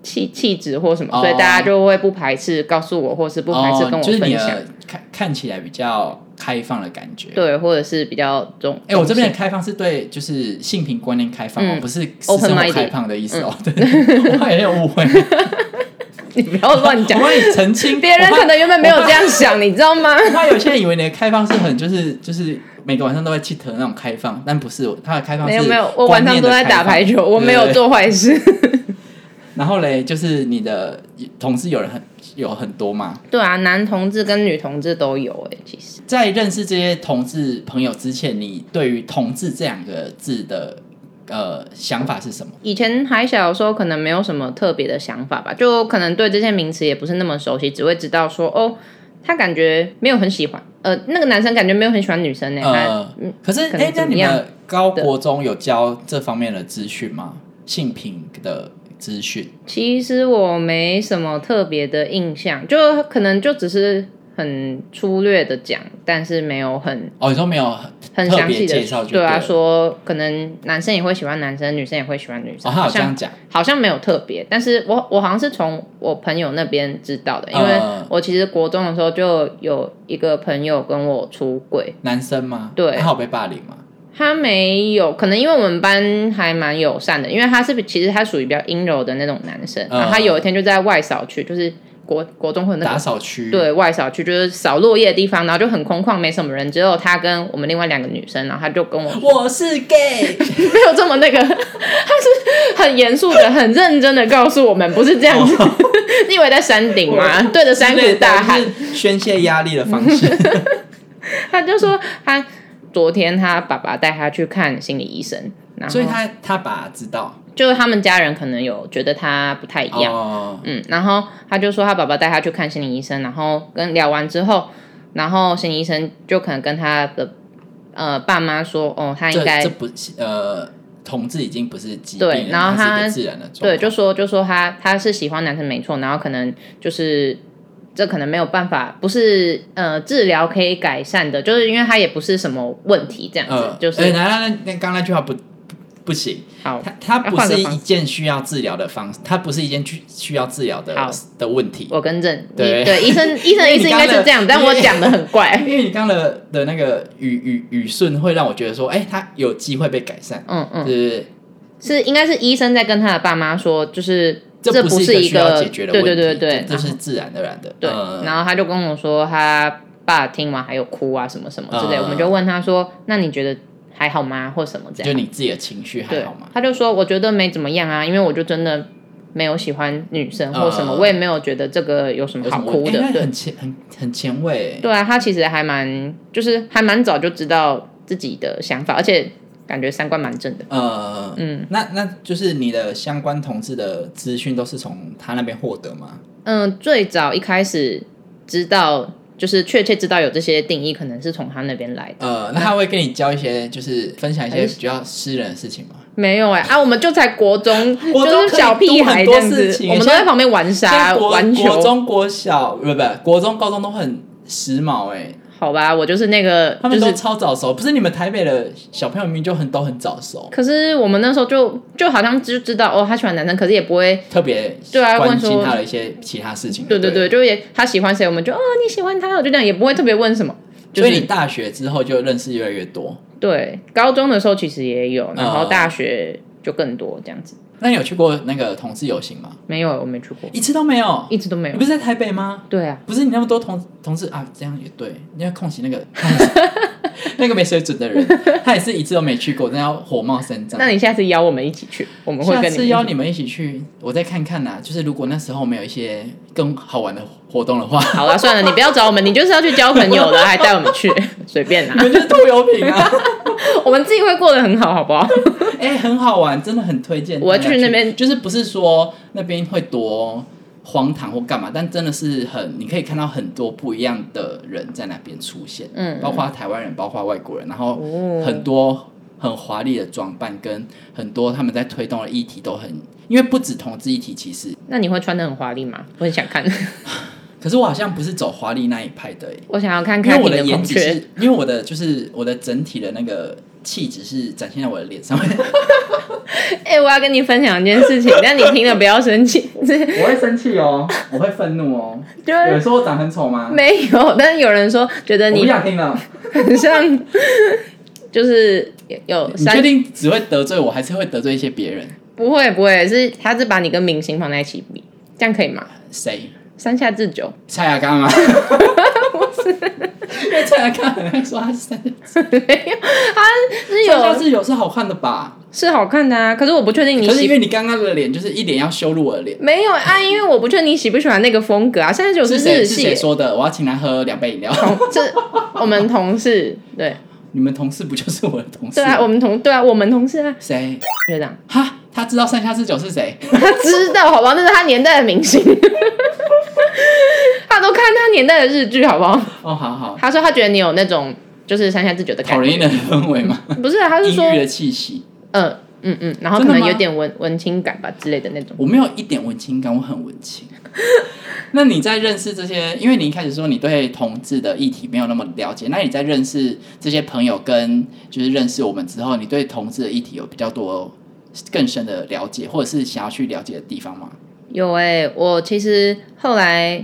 Speaker 2: 气气质或什么，
Speaker 1: 哦
Speaker 2: 所以大家就会不排斥告诉我，或是不排斥跟
Speaker 1: 哦
Speaker 2: 我
Speaker 1: 就是你
Speaker 2: 分享，
Speaker 1: 的看看起来比较开放的感觉。
Speaker 2: 对，或者是比较重。
Speaker 1: 哎、我这边的开放是对，就是性平观念开放哦，
Speaker 2: 嗯
Speaker 1: 不是私生活
Speaker 2: open-minded
Speaker 1: 开放的意
Speaker 2: [laughs]
Speaker 1: 思哦。对，我怕有点误会，我 [laughs]
Speaker 2: 你不要乱讲，
Speaker 1: 帮你澄清。
Speaker 2: 别人
Speaker 1: 我怕
Speaker 2: 可能原本没有这样想，你知
Speaker 1: [laughs]
Speaker 2: 道吗？
Speaker 1: 我怕有些人以为你的开放是很就是就是每个晚上都在 c h 那种开放，但不是，他的开放是
Speaker 2: 没有没有，我晚上都在打排
Speaker 1: 观念的开
Speaker 2: 球，
Speaker 1: 放
Speaker 2: 我没有。
Speaker 1: 对
Speaker 2: 做坏事。
Speaker 1: 然后嘞，就是你的同事有人很有很多嘛，
Speaker 2: 对啊，男同志跟女同志都有哎、其实
Speaker 1: 在认识这些同志朋友之前，你对于“同志”这两个字的呃想法是什么？
Speaker 2: 以前还小的时候，可能没有什么特别的想法吧，就可能对这些名词也不是那么熟悉，只会知道说哦，他感觉没有很喜欢，呃，那个男生感觉没有很喜欢女生呢、他嗯
Speaker 1: 呃，可是
Speaker 2: 可能
Speaker 1: 哎，那
Speaker 2: 怎么
Speaker 1: 你
Speaker 2: 样
Speaker 1: 们高国中有教这方面的资讯吗？性平的资讯？
Speaker 2: 其实我没什么特别的印象，就可能就只是很粗略的讲，但是没有很
Speaker 1: 哦，你说没有
Speaker 2: 很
Speaker 1: 特
Speaker 2: 详
Speaker 1: 别
Speaker 2: 细
Speaker 1: 介绍
Speaker 2: 的
Speaker 1: 就
Speaker 2: 对啊，
Speaker 1: 了
Speaker 2: 说可能男生也会喜欢男生，女生也会喜欢女
Speaker 1: 哦，
Speaker 2: 生，
Speaker 1: 他有这
Speaker 2: 像
Speaker 1: 样讲，
Speaker 2: 好像没有特别，但是我我好像是从我朋友那边知道的，因为
Speaker 1: 嗯
Speaker 2: 我其实国中的时候就有一个朋友跟我出轨，
Speaker 1: 男生吗？
Speaker 2: 对
Speaker 1: 他有被霸凌吗？
Speaker 2: 他没有，可能因为我们班还蛮友善的，因为他是其实他属于比较阴柔的那种男生，
Speaker 1: 嗯
Speaker 2: 然后他有一天就在外扫区，就是国国中会有那
Speaker 1: 打
Speaker 2: 个
Speaker 1: 扫区？
Speaker 2: 对外扫区，就是扫落叶的地方，然后就很空旷，没什么人，只有他跟我们另外两个女生，然后他就跟我
Speaker 1: 我是 gay，
Speaker 2: [laughs] 没有这么那个， [laughs] 他是很严肃的、很认真的告诉我们，不是这样子，
Speaker 1: 哦
Speaker 2: [laughs] 你以为在山顶吗？对着山谷大喊，
Speaker 1: 就是宣泄压力的方
Speaker 2: [laughs]
Speaker 1: 式。
Speaker 2: 他就说他昨天他爸爸带他去看心理医生，然后
Speaker 1: 所以他他爸知道
Speaker 2: [laughs] 就是他们家人可能有觉得他不太一样，
Speaker 1: 哦，
Speaker 2: 嗯，然后他就说他爸爸带他去看心理医生，然后跟聊完之后，然后心理医生就可能跟他的呃爸妈说，哦，他应
Speaker 1: 这
Speaker 2: 该
Speaker 1: 这不是呃，同志已经不是疾病了，
Speaker 2: 对然后
Speaker 1: 它是一
Speaker 2: 他
Speaker 1: 个自然的状况。
Speaker 2: 对，就说就说他他是喜欢男生没错，然后可能就是这可能没有办法，不是呃治疗可以改善的，就是因为他也不是什么问题这样子，
Speaker 1: 呃，
Speaker 2: 就是、
Speaker 1: 哎，那那那刚刚那句话不不不行，
Speaker 2: 好
Speaker 1: 它它不
Speaker 2: 换个
Speaker 1: 是
Speaker 2: 方
Speaker 1: 一
Speaker 2: 式
Speaker 1: 件需要治疗的方，它不是一件需需要治疗的
Speaker 2: 好
Speaker 1: 的问题。
Speaker 2: 我更正，你
Speaker 1: 对
Speaker 2: 对
Speaker 1: [laughs]
Speaker 2: 医生医生的意思应该是这样，
Speaker 1: 因为你刚才
Speaker 2: 但我讲的很
Speaker 1: [laughs]
Speaker 2: 怪，
Speaker 1: 因为你刚刚的的那个语语语顺会让我觉得说，哎、它有机会被改善，
Speaker 2: 嗯
Speaker 1: 对
Speaker 2: 嗯，
Speaker 1: 不对？
Speaker 2: 是应该是医生在跟他的爸妈说，就是
Speaker 1: 这
Speaker 2: 不
Speaker 1: 不是
Speaker 2: 是
Speaker 1: 需要解决的
Speaker 2: 对
Speaker 1: 问题，
Speaker 2: 对对对
Speaker 1: 这这是自然而然的。
Speaker 2: 对，
Speaker 1: 嗯
Speaker 2: 然后他就跟我说他爸听完还有哭啊什么什么之类，
Speaker 1: 嗯
Speaker 2: 我们就问他说，那你觉得还好吗，或什么这样
Speaker 1: 就。你自己的情绪还
Speaker 2: 对
Speaker 1: 好吗？，
Speaker 2: 他就说我觉得没怎么样啊，因为我就真的没有喜欢女生或什么，
Speaker 1: 嗯
Speaker 2: 我也没有觉得这个有什么
Speaker 1: 有什
Speaker 2: 好
Speaker 1: 么
Speaker 2: 哭
Speaker 1: 问题？
Speaker 2: 嗯的
Speaker 1: 哎。那
Speaker 2: 对
Speaker 1: 很前很很前卫、欸
Speaker 2: 对啊，他其实还蛮就是还蛮早就知道自己的想法，而且感觉三观蛮正的。
Speaker 1: 呃，嗯，那那就是你的相关同志的资讯都是从他那边获得吗？
Speaker 2: 嗯，最早一开始知道就是确切知道有这些定义，可能是从他那边来的。
Speaker 1: 呃，那他会跟你教一些，就是分享一些
Speaker 2: 哎
Speaker 1: 比较私人的事情吗？
Speaker 2: 没有哎、啊，我们就在国中，
Speaker 1: [laughs] 国中
Speaker 2: 就是小屁孩这样
Speaker 1: 可以读很多事
Speaker 2: 子，
Speaker 1: 情
Speaker 2: 我们都在旁边玩沙
Speaker 1: 像国
Speaker 2: 玩
Speaker 1: 国
Speaker 2: 球。
Speaker 1: 中、国小，不不，国中、高中都很时髦哎、
Speaker 2: 好吧，我就是那个，
Speaker 1: 他
Speaker 2: 就
Speaker 1: 们都
Speaker 2: 是，
Speaker 1: 超早熟。不是你们台北的小朋友明明就很都很早熟，
Speaker 2: 可是我们那时候就就好像就知道哦，他喜欢男生，可是也不会，
Speaker 1: 特别
Speaker 2: 对啊
Speaker 1: 关
Speaker 2: 问说
Speaker 1: 心他的一些其他事情。
Speaker 2: 对
Speaker 1: 对
Speaker 2: 对对，就也他喜欢谁，我们就哦你喜欢他，我就这样，也不会特别问什么。就
Speaker 1: 所以你
Speaker 2: 是
Speaker 1: 大学之后就认识越来越多。
Speaker 2: 对，高中的时候其实也有，然后
Speaker 1: 哦
Speaker 2: 大学就更多这样子。
Speaker 1: 那你有去过那个同志游行吗？
Speaker 2: 没有，我没去过，
Speaker 1: 一次都没有。
Speaker 2: 一直都没
Speaker 1: 你
Speaker 2: 有
Speaker 1: 不。是在台北吗？
Speaker 2: 对啊，
Speaker 1: 不是你那么多同同事啊，这样也对，你要空袭
Speaker 2: [laughs]
Speaker 1: 那个那个没水准的人，他也是一次都没去过，那要火冒三丈。
Speaker 2: 那你下次邀我们一起去，我们会
Speaker 1: 下
Speaker 2: 跟你一
Speaker 1: 次
Speaker 2: 起
Speaker 1: 邀你们一起去，我再看看啦、就是如果那时候没有一些更好玩的活动的话，
Speaker 2: 好了，算了，你不要找我们，你就是要去交朋友的，还带我们去， [laughs] 随便
Speaker 1: 你 [laughs]
Speaker 2: 啦，
Speaker 1: 们就是拖油瓶啊！
Speaker 2: 我们自己会过得很好，好不好？
Speaker 1: 哎、很好玩，真的很推荐。
Speaker 2: 我要去那边，
Speaker 1: 就是不是说那边会多荒唐或干嘛，但真的是很，你可以看到很多不一样的人在那边出现，
Speaker 2: 嗯
Speaker 1: 包括台湾人，包括外国人，然后
Speaker 2: 哦
Speaker 1: 很多很华丽的装扮跟很多他们在推动的议题都很，因为不止同志议题，其实，
Speaker 2: 那你会穿的很华丽吗？我很想
Speaker 1: [laughs]
Speaker 2: 看，
Speaker 1: 可是我好像不是走华丽那一派的、欸，
Speaker 2: 我想要看
Speaker 1: 因为
Speaker 2: 看
Speaker 1: 我
Speaker 2: 你
Speaker 1: 的颜
Speaker 2: 孔
Speaker 1: 值
Speaker 2: 雀。
Speaker 1: 是，因为我的就是我的整体的那个气质是展现在我的脸上面，
Speaker 2: 哎、我要跟你分享一件事情，但你听了不要生气， [laughs] 是
Speaker 1: [laughs] 我会生气哦，我会愤怒哦。有人
Speaker 2: 就是
Speaker 1: 说我长很丑吗？
Speaker 2: 没有。但是有人说觉得
Speaker 1: 我不
Speaker 2: 你
Speaker 1: 想听了。
Speaker 2: 很像，就是有有
Speaker 1: 你
Speaker 2: 三
Speaker 1: 确定只会得罪我，还是会得罪一些别人？
Speaker 2: 不会不会，是他是把你跟明星放在一起比，这样可以吗？
Speaker 1: 谁？
Speaker 2: 山下智久，
Speaker 1: 蔡雅刚
Speaker 2: [laughs]
Speaker 1: 吗？ [laughs] 因为蔡雅刚很爱说他是三小
Speaker 2: 是有
Speaker 1: 是有是好看的吧？
Speaker 2: 是好看的啊，可是我不确定你
Speaker 1: 可是
Speaker 2: 喜
Speaker 1: 因为你刚刚的脸就是一脸要羞辱我的脸。
Speaker 2: 没有啊，因为我不确定你喜不喜欢那个风格啊。三十九
Speaker 1: 是谁？
Speaker 2: 日
Speaker 1: 是谁
Speaker 2: 系，
Speaker 1: 说的？我要请他喝两杯饮料。
Speaker 2: 同这我们同事对
Speaker 1: 你们同事不就是我的同事？
Speaker 2: 对啊，我们同对啊，我们同事啊，
Speaker 1: 谁？
Speaker 2: 学长
Speaker 1: 哈，他知道三下四九是谁？
Speaker 2: 他知道好不好？那是他年代的明星，他都看他年代的日剧好不好？
Speaker 1: 哦，好好，
Speaker 2: 他说他觉得你有那种就是三下智久的
Speaker 1: 讨
Speaker 2: 感
Speaker 1: 人厌
Speaker 2: 觉，
Speaker 1: 的氛围嘛，
Speaker 2: 不是啊、他是
Speaker 1: 阴
Speaker 2: 说
Speaker 1: 郁的气息。
Speaker 2: 呃嗯嗯，然后可
Speaker 1: 真的
Speaker 2: 能
Speaker 1: 吗
Speaker 2: 有点文文青感吧之类的那种。
Speaker 1: 我没有一点文青感，我很文青。 [laughs] 那你在认识这些，因为你一开始说你对同志的议题没有那么了解，那你在认识这些朋友跟就是认识我们之后，你对同志的议题有比较多更深的了解，或者是想要去了解的地方吗？
Speaker 2: 有哎、我其实后来，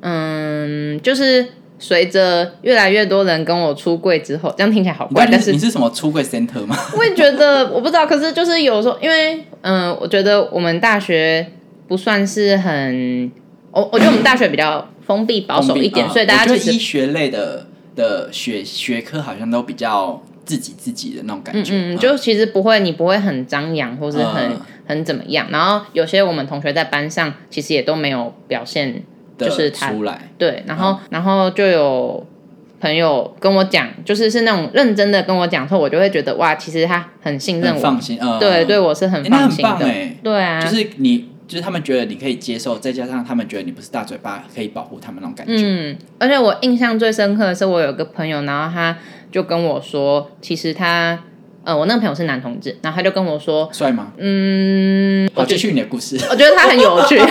Speaker 2: 嗯，就是随着越来越多人跟我出柜之后，这样听起来好
Speaker 1: 你
Speaker 2: 怪，
Speaker 1: 到底
Speaker 2: 但
Speaker 1: 是
Speaker 2: 是
Speaker 1: 你是什么出柜 center 吗？
Speaker 2: [laughs] 我也觉得我不知道，可是就是有时候，因为嗯，我觉得我们大学不算是很，我我觉得我们大学比较封闭
Speaker 1: [laughs]
Speaker 2: 保守一点，
Speaker 1: 嗯
Speaker 2: 所以大家
Speaker 1: 我
Speaker 2: 其
Speaker 1: 觉得医
Speaker 2: 实
Speaker 1: 学类的的学学科好像都比较自己自己的那种感觉。
Speaker 2: 嗯，就其实不会，你不会很张扬或是很、
Speaker 1: 嗯
Speaker 2: 很怎么样。然后有些我们同学在班上其实也都没有表现
Speaker 1: 的
Speaker 2: 就是他
Speaker 1: 出来，
Speaker 2: 对，然
Speaker 1: 嗯
Speaker 2: 后、然后就有朋友跟我讲，就是是那种认真的跟我讲后，我就会觉得哇，其实他很信任
Speaker 1: 很
Speaker 2: 我，
Speaker 1: 放心。嗯，
Speaker 2: 对，对我是很
Speaker 1: 诶那
Speaker 2: 放
Speaker 1: 很
Speaker 2: 心的，
Speaker 1: 棒哎。
Speaker 2: 对啊，
Speaker 1: 就是你，就是他们觉得你可以接受，再加上他们觉得你不是大嘴巴，可以保护他们那种感觉。
Speaker 2: 嗯，而且我印象最深刻的是，我有个朋友，然后他就跟我说，其实他。呃，我那个朋友是男同志，然后他就跟我说，
Speaker 1: 帅吗？
Speaker 2: 嗯，
Speaker 1: 好，继续你的故事。
Speaker 2: 我觉得他很有趣。 [laughs]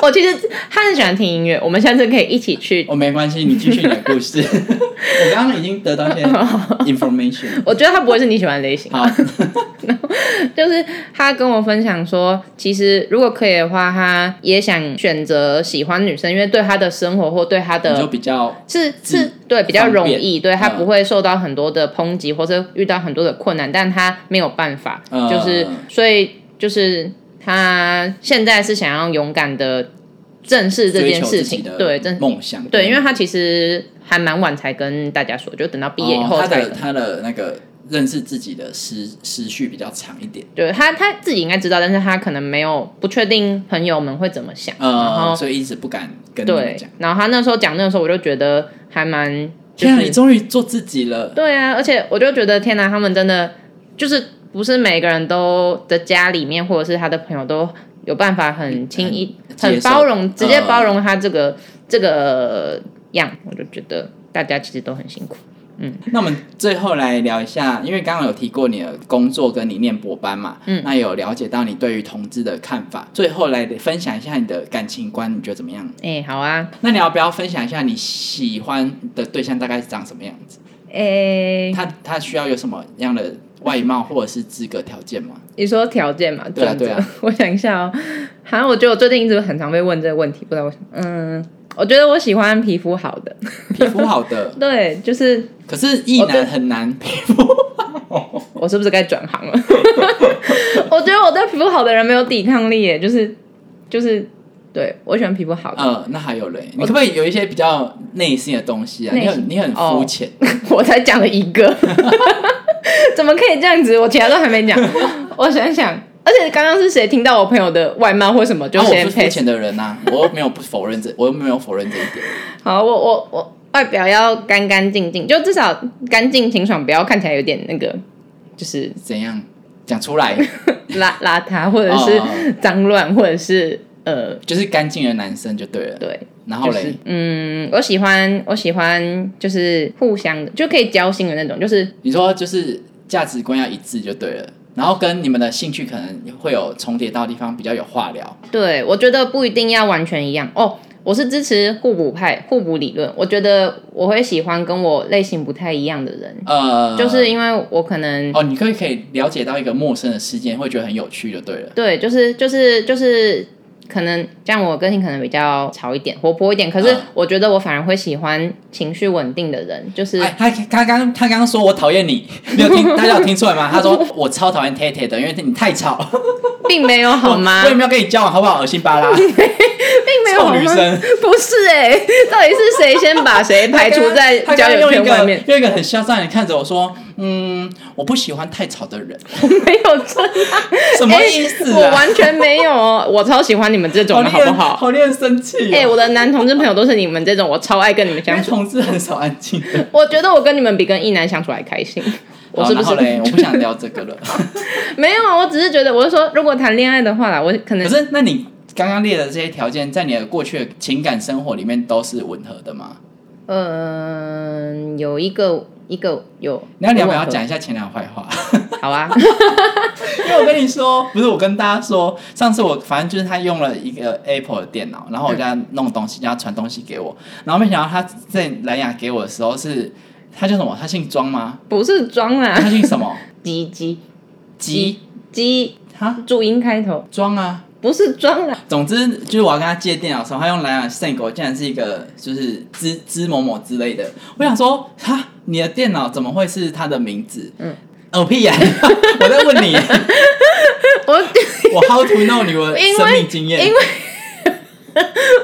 Speaker 2: 我其实他很喜欢听音乐，我们下次可以一起去
Speaker 1: 我、哦没关系，你继续你的故
Speaker 2: [laughs]
Speaker 1: 事。我刚刚已经得到一些 information。
Speaker 2: 我觉得他不会是你喜欢的类型。
Speaker 1: 好
Speaker 2: 就是他跟我分享说，其实如果可以的话，他也想选择喜欢女生，因为对他的生活或对他
Speaker 1: 你就
Speaker 2: 的
Speaker 1: 比较
Speaker 2: 是
Speaker 1: 自
Speaker 2: 是对比较容
Speaker 1: 嗯
Speaker 2: 易，
Speaker 1: 方便
Speaker 2: 对他
Speaker 1: 嗯
Speaker 2: 不会受到很多的抨击或者遇到很多的困难，但他没有办法，
Speaker 1: 嗯
Speaker 2: 就是所以就是他现在是想要勇敢的正视这
Speaker 1: 追
Speaker 2: 件
Speaker 1: 求
Speaker 2: 事
Speaker 1: 自己
Speaker 2: 情，
Speaker 1: 的
Speaker 2: 对，正
Speaker 1: 梦想。
Speaker 2: 对，因为他其实还蛮晚才跟大家说，就等到毕业以
Speaker 1: 哦
Speaker 2: 后
Speaker 1: 他
Speaker 2: 才
Speaker 1: 的他的那个认识自己的时时序比较长一点。
Speaker 2: 对他他自己应该知道，但是他可能没有不确定朋友们会怎么想，然
Speaker 1: 呃，
Speaker 2: 后
Speaker 1: 所以一直不敢跟你们
Speaker 2: 对
Speaker 1: 讲。，
Speaker 2: 然后他那时候讲那个时候，我就觉得还蛮就
Speaker 1: 天啊，
Speaker 2: 是
Speaker 1: 你终于做自己了，
Speaker 2: 对啊，而且我就觉得天哪，他们真的就是不是每个人都的家里面或者是他的朋友都有办法很轻易、
Speaker 1: 很接
Speaker 2: 很
Speaker 1: 受
Speaker 2: 包容，直接
Speaker 1: 嗯
Speaker 2: 包容他这个、这个样，我就觉得大家其实都很辛苦。
Speaker 1: 那我们最后来聊一下，因为刚刚有提过你的工作跟你念博班嘛，嗯，那有了解到你对于同志的看法，最后来分享一下你的感情观，你觉得怎么样？
Speaker 2: 哎、好啊，
Speaker 1: 那你要不要分享一下你喜欢的对象大概是长什么样子？
Speaker 2: 哎、
Speaker 1: 他他需要有什么样的外貌或者是资格条件吗？ [laughs]
Speaker 2: 你说条件嘛？
Speaker 1: 对啊
Speaker 2: 准则
Speaker 1: 对啊
Speaker 2: 我想一下哦，好像我觉得我最近一直很常被问这个问题，不知道为什么。嗯，我觉得我喜欢皮肤好的，，
Speaker 1: 皮肤好的
Speaker 2: 对，就是
Speaker 1: 可是异
Speaker 2: 哦对
Speaker 1: 男很难皮肤。
Speaker 2: 我是不是该转
Speaker 1: [laughs]
Speaker 2: 行了？我觉得我对皮肤好的人没有抵抗力耶，就是就是，对我喜欢皮肤好的，
Speaker 1: 嗯，那还有嘞，你可不可以有一些比较内心的东西啊？
Speaker 2: 内
Speaker 1: 你
Speaker 2: 心哦
Speaker 1: 很你很肤浅，
Speaker 2: [laughs] 我才讲了一个， [laughs] 怎么可以这样子？我其他都还没
Speaker 1: [laughs]
Speaker 2: 讲，我想想，而且刚刚是谁听到我朋友的外貌或什么就
Speaker 1: 啊然后我
Speaker 2: 先
Speaker 1: 是肤
Speaker 2: 配
Speaker 1: 浅的人呐，我又没有不否认这，我又没有否认这一点。
Speaker 2: 好，我我我外表要干干净净，就至少干净清爽，不要看起来有点那个，就是
Speaker 1: 怎样讲出来？ [laughs]
Speaker 2: 邋邋遢，或者是
Speaker 1: 哦哦
Speaker 2: 脏乱，或者是呃，
Speaker 1: 就是干净的男生就对了。
Speaker 2: 对，
Speaker 1: 然后
Speaker 2: 就
Speaker 1: 嘞，
Speaker 2: 是嗯，我喜欢我喜欢就是互相的，就可以交心的那种，就是
Speaker 1: 你说就是价值观要一致就对了，然后跟你们的兴趣可能会有重叠到的地方，比较有话聊。
Speaker 2: 对我觉得不一定要完全一样哦。我是支持互补派、互补理论。我觉得我会喜欢跟我类型不太一样的人，
Speaker 1: 呃，
Speaker 2: 就是因为我可能
Speaker 1: 哦，你可以可以了解到一个陌生的事件，会觉得很有趣就对了。
Speaker 2: 对，就是就是就是，可能像我个性可能比较潮一点、活泼一点，可是
Speaker 1: 嗯
Speaker 2: 我觉得我反而会喜欢情绪稳定的人，就是、
Speaker 1: 哎，他他刚他刚刚说我讨厌你， [laughs] 你有听大家有听出来吗？他说 [laughs] 我超讨厌 t a t 的，因为你太吵，
Speaker 2: 并没有好吗
Speaker 1: [laughs] 我？也没有跟你交往，好不好？恶心
Speaker 2: [laughs]
Speaker 1: 巴拉，
Speaker 2: 并没有好
Speaker 1: 臭女
Speaker 2: 吗？
Speaker 1: 生。
Speaker 2: 不是哎、到底是谁先把谁排除在
Speaker 1: 他
Speaker 2: 交
Speaker 1: 刚
Speaker 2: 友
Speaker 1: 用一
Speaker 2: 圈外
Speaker 1: 个
Speaker 2: 面？
Speaker 1: 用一个很嚣张的看着我说，嗯，我不喜欢太吵的
Speaker 2: [laughs]
Speaker 1: 人，
Speaker 2: 没有这样，
Speaker 1: 什么意思
Speaker 2: 我
Speaker 1: 啊？
Speaker 2: 完全没
Speaker 1: [laughs]
Speaker 2: 有哦，哎我超喜欢你们这种的
Speaker 1: 令
Speaker 2: 好不
Speaker 1: 人
Speaker 2: 好？
Speaker 1: 哦好令人生气哦。
Speaker 2: 哎、我的男同志朋友都是你们这种，我超爱跟你们
Speaker 1: 因
Speaker 2: 相
Speaker 1: 为 [laughs]
Speaker 2: 处。
Speaker 1: 同志很少安静的。
Speaker 2: 我觉得我跟你们比跟异男相处还开心。 [laughs] 我是不
Speaker 1: 好
Speaker 2: 是
Speaker 1: 然后嘞？我不想聊这个了。
Speaker 2: 没有啊？我只是觉得，我是说，如果谈恋爱的话啦，我可能
Speaker 1: 可是，那你刚刚列的这些条件，在你的过去的情感生活里面都是吻合的吗？
Speaker 2: 嗯，有一个一个有。
Speaker 1: 那你要不要讲一下前两坏话？
Speaker 2: 好啊， [laughs]
Speaker 1: 因为我跟你说， [laughs] 不是我跟大家说，上次我反正就是他用了一个 Apple 的电脑，然后我叫他弄东西，叫他传东西给我，然后没想到他在蓝牙给我的时候是，他叫什么？他姓庄吗？
Speaker 2: 不是装
Speaker 1: 他
Speaker 2: 啦，
Speaker 1: 姓什 [laughs] 么？
Speaker 2: 鸡鸡
Speaker 1: 吉
Speaker 2: 鸡
Speaker 1: 哈
Speaker 2: 注音开头，
Speaker 1: 庄啊。
Speaker 2: 不是装啦，
Speaker 1: 总之就是我要跟他借电脑的时候，他用蓝牙 send 给我，竟然是一个就是支支某某之类的。我想说，哈，你的电脑怎么会是他的名字？嗯
Speaker 2: 嗯，
Speaker 1: 哦屁呀、 [laughs] 我在问你，
Speaker 2: 我
Speaker 1: 我 how to know 你 [laughs] 的
Speaker 2: 因为
Speaker 1: 生命经验？
Speaker 2: 因为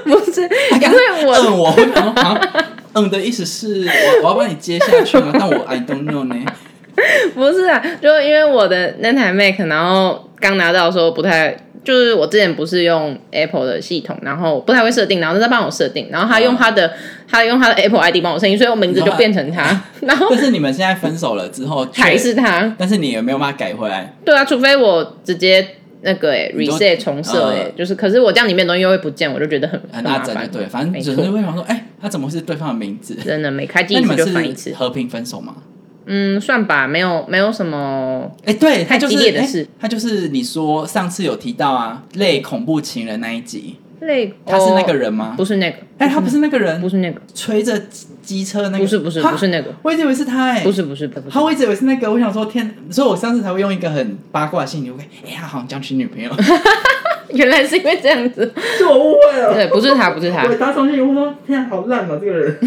Speaker 2: 不
Speaker 1: [laughs]
Speaker 2: 是，
Speaker 1: 他
Speaker 2: 因
Speaker 1: 刚
Speaker 2: [laughs] 为我
Speaker 1: 嗯，我会想说啊，嗯的意思是我我要帮你接下去吗？但我 I don't know 呢。
Speaker 2: 不是啊，就因为我的那台 Mac，然后刚拿到的时候不太，就是我之前不是用 Apple 的系统，然后不太会设定，然后他帮我设定，然后他用他的、
Speaker 1: 嗯
Speaker 2: 他用他的 Apple ID 帮我设定，所以我名字就变成他，
Speaker 1: [laughs]
Speaker 2: 然后
Speaker 1: 但是你们现在分手了之后，
Speaker 2: 还是他，
Speaker 1: 但是你有没有办法改回来？
Speaker 2: 对啊，除非我直接那个哎、
Speaker 1: 你都
Speaker 2: reset 重设哎、
Speaker 1: 呃
Speaker 2: 就是可是我这样里面的东西又会不见，我就觉得很
Speaker 1: 很
Speaker 2: 麻
Speaker 1: 大整
Speaker 2: 烦，
Speaker 1: 就对，反正
Speaker 2: 没
Speaker 1: 只
Speaker 2: 错
Speaker 1: 是会想说，哎、他怎么会是对方的名字？
Speaker 2: 真的每开机
Speaker 1: 那
Speaker 2: 一
Speaker 1: 你
Speaker 2: 次
Speaker 1: 们
Speaker 2: 就翻一
Speaker 1: 是
Speaker 2: 次，
Speaker 1: 和平分手吗？
Speaker 2: 嗯，算吧，没有没有什么
Speaker 1: 哎、对，他
Speaker 2: 太
Speaker 1: 就是
Speaker 2: 激烈的
Speaker 1: 哎
Speaker 2: 事
Speaker 1: 他就是你说上次有提到啊，类恐怖情人那一集，
Speaker 2: 累，
Speaker 1: 他是那个
Speaker 2: 哦
Speaker 1: 人吗？
Speaker 2: 不是那个，嗯
Speaker 1: 哎、他不是那个人
Speaker 2: 不，是那个，
Speaker 1: 吹着机车那个，
Speaker 2: 不是不是
Speaker 1: 哈
Speaker 2: 不是，那个，
Speaker 1: 我一直以为是他、哎，
Speaker 2: 不是不是不是
Speaker 1: 他我一直以为是那个，我想说天，所以我上次才会用一个很八卦的心理，我看，哎、他好像交去女 [laughs] 朋友，
Speaker 2: 原来是因为这样子，
Speaker 1: 是我误会 [laughs] 了。
Speaker 2: [laughs] 对，不是他不是他，
Speaker 1: 我打上去，我说天、啊，好烂哦、这个人。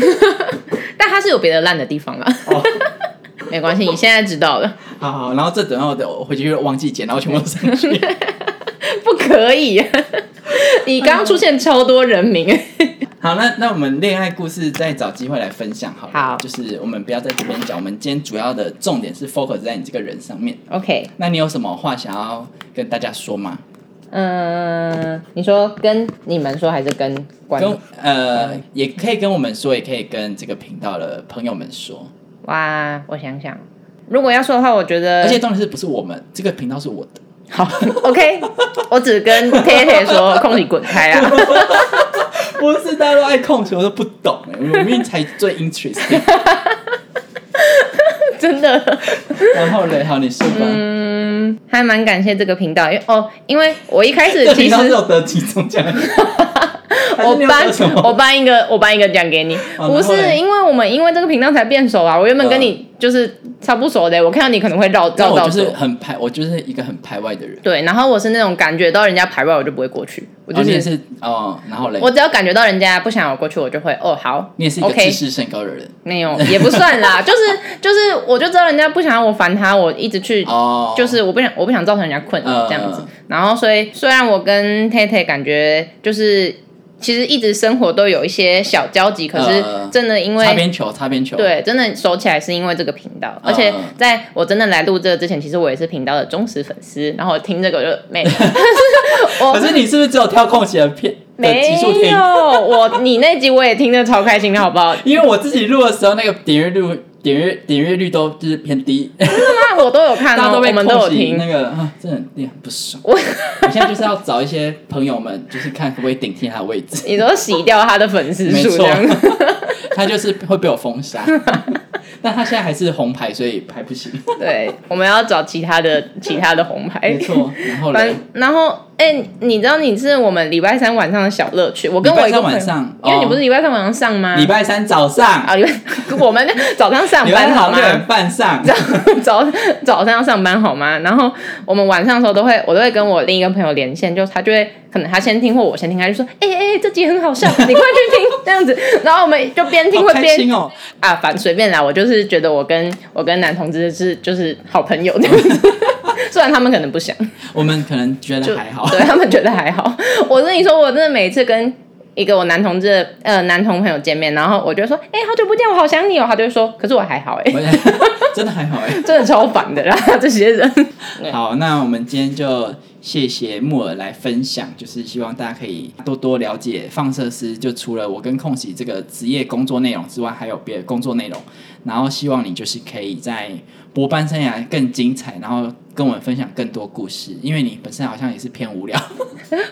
Speaker 2: 但他是有别的烂的地方了，啊
Speaker 1: 哦
Speaker 2: [laughs] 没关系，你现在知道了，
Speaker 1: [laughs]
Speaker 2: [laughs]
Speaker 1: 好好，然后这等到我的我回去就忘记剪，然后全部都上 [laughs] 去。
Speaker 2: 不可以， [laughs] 你刚刚出现超多人名， [laughs]
Speaker 1: 好，那那我们恋爱故事再找机会来分享好了。
Speaker 2: 好
Speaker 1: 就是我们不要在这边讲，我们今天主要的重点是 focus 在你这个人上面。
Speaker 2: OK，
Speaker 1: 那你有什么话想要跟大家说吗？
Speaker 2: 嗯，你说跟你们说还是跟观
Speaker 1: 跟
Speaker 2: 众？
Speaker 1: 呃，也可以跟我们说，也可以跟这个频道的朋友们说。
Speaker 2: 哇，我想想，如果要说的话，我觉得
Speaker 1: 而且重点是不是我们这个频道是我的？
Speaker 2: [laughs] 好 OK，我只跟 K K 说空你滚开啊！
Speaker 1: 不是大家都爱控球，我都不懂哎、我明明才最 interesting。
Speaker 2: [laughs] 真的，
Speaker 1: 然后嘞，好，你说吧。 [laughs]
Speaker 2: 嗯，还蛮感谢这个频道，因为哦，因为我一开始
Speaker 1: 这
Speaker 2: 其
Speaker 1: 频道是
Speaker 2: 实
Speaker 1: 有得几种奖？还是 [laughs]
Speaker 2: 我
Speaker 1: 你有
Speaker 2: 颁
Speaker 1: 得什么
Speaker 2: 我颁一个我颁一个奖给你，
Speaker 1: 哦
Speaker 2: 不
Speaker 1: 然后
Speaker 2: 是
Speaker 1: 嘞
Speaker 2: 因为我们因为这个频道才变熟啊，我原本跟你就是超不熟的，我看到你可能会绕
Speaker 1: 那
Speaker 2: 绕
Speaker 1: 我
Speaker 2: 到
Speaker 1: 就是
Speaker 2: 走。
Speaker 1: 很排，我就是一个很排外的人。哦
Speaker 2: 对，然后我是那种感觉到人家排外我就不会过去，我就
Speaker 1: 哦你
Speaker 2: 是、
Speaker 1: 也是哦，然后嘞，
Speaker 2: 我只要感觉到人家不想我过去，我就会哦好，
Speaker 1: 你也是一个
Speaker 2: OK
Speaker 1: 自视甚高的人
Speaker 2: 没有也不算啦， [laughs] 就是就是我就知道人家不想要我烦他，我一直去
Speaker 1: 哦，
Speaker 2: 就是我不想我不想造成人家困扰
Speaker 1: 嗯
Speaker 2: 这样子。然后所以虽然我跟 Tay Tay 感觉就是其实一直生活都有一些小交集，可是
Speaker 1: 嗯
Speaker 2: 真的因
Speaker 1: 擦
Speaker 2: 为。
Speaker 1: 边球，擦边球。，
Speaker 2: 对，真的熟起来是因为这个频道，而且
Speaker 1: 嗯
Speaker 2: 在我真的来录这个之前，其实我也是频道的忠实粉丝。然后我听这个我就
Speaker 1: [laughs]
Speaker 2: 没，我
Speaker 1: 可是你是不是只有挑空闲的片的集
Speaker 2: 没
Speaker 1: 数听
Speaker 2: 有？我你那集我也听得超开心的，好不好？
Speaker 1: 因为我自己录的时候，那个点阅率、点阅点阅率都就是偏低，
Speaker 2: 那我都有
Speaker 1: [laughs]
Speaker 2: 看
Speaker 1: 大家
Speaker 2: 哦，
Speaker 1: 都
Speaker 2: 我
Speaker 1: 被
Speaker 2: 们都有
Speaker 1: 空袭，那
Speaker 2: 听。
Speaker 1: 个啊，真的很令人不爽。
Speaker 2: 我
Speaker 1: 我现在就是要找一些朋友们，就是看可不可以顶替他的位
Speaker 2: [laughs]
Speaker 1: 置。
Speaker 2: 你都洗掉他的粉丝
Speaker 1: 没
Speaker 2: 数这
Speaker 1: 错 [laughs]
Speaker 2: 样。，
Speaker 1: 他就是会被我封杀。但他现在还是红牌，所以还不行。
Speaker 2: [laughs] 对，我们要找其他的其他的红牌
Speaker 1: 没。错，然后嘞
Speaker 2: 反，然后，哎、你知道你是我们礼拜三晚上的小乐趣。我跟我一
Speaker 1: 礼
Speaker 2: 个
Speaker 1: 拜三
Speaker 2: 朋友
Speaker 1: 晚上
Speaker 2: 因为你不是
Speaker 1: 哦
Speaker 2: 礼拜三晚上上吗？
Speaker 1: 礼拜三早上，
Speaker 2: 啊，礼拜 [laughs] 我们早上上
Speaker 1: 礼
Speaker 2: 班
Speaker 1: 拜
Speaker 2: 好
Speaker 1: 好
Speaker 2: 吗
Speaker 1: 六？点半上，
Speaker 2: [laughs] 早早上要上班好吗？然后我们晚上的时候都会，我都会跟我另一个朋友连线，就他就会可能他先听或我先听，他就说：“哎、哎、这集很好笑，你快去听。”
Speaker 1: [laughs]
Speaker 2: 这样子，然后我们就边听
Speaker 1: 好
Speaker 2: 会
Speaker 1: 开
Speaker 2: 边
Speaker 1: 心哦！
Speaker 2: 啊，反随便啦，我就是觉得我跟我跟男同志是就是好朋友这样子，
Speaker 1: [laughs]
Speaker 2: 虽然他们可能不想，
Speaker 1: 我们可能觉得还好，
Speaker 2: 对他们觉得还好。我跟你说，我真的每次跟一个我男同志的呃男同朋友见面，然后我就说，哎、好久不见，我好想你哦，他就会说，可是我还好哎、
Speaker 1: 我 [laughs] 真的还好哎。
Speaker 2: 真的超烦的啦，这些人。
Speaker 1: 好，那我们今天就谢谢木耳来分享，就是希望大家可以多多了解放射师。就除了我跟空喜这个职业工作内容之外，还有别的工作内容。然后希望你就是可以在博班生涯更精彩，然后跟我们分享更多故事，因为你本身好像也是偏无 [laughs] 聊。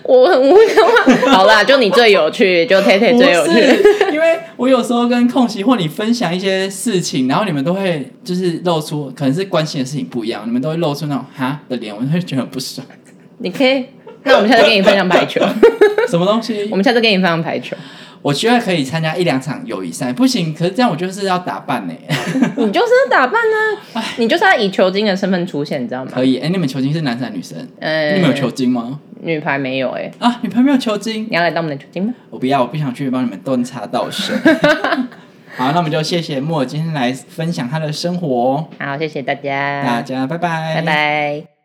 Speaker 2: 我很无聊啊吗？好啦，就你最有趣，就 Tay Tay
Speaker 1: 不
Speaker 2: 最有趣。
Speaker 1: 是，因为我有时候跟空喜或你分享一些事情，然后你们都会就是露出可能是关心的事情不一样，你们都会露出那种哈的脸，我就会觉得很不爽。
Speaker 2: 你可以，那我们下次跟你分享排球， [laughs]
Speaker 1: 什么东西
Speaker 2: 我？们下次跟你分享排球，
Speaker 1: 我觉得可以参加一两场友谊赛，不行，可是这样我就是要打 [laughs] 扮呢、
Speaker 2: 你就是要打扮啊，你就是要以球精的身份出现，你知道吗？
Speaker 1: 可以，哎、你们球精是男生还是女生？
Speaker 2: 嗯，
Speaker 1: 你们有球精吗？
Speaker 2: 女排没有哎、
Speaker 1: 啊，女朋友没有球精，
Speaker 2: 你要来当我们的酒精吗？
Speaker 1: 我不要，我不想去帮你们端茶倒水。 [laughs] 好，那我们就谢谢莫尔今天来分享他的生活哦，
Speaker 2: 好，谢谢大
Speaker 1: 大
Speaker 2: 家，
Speaker 1: 家拜拜，
Speaker 2: 拜拜。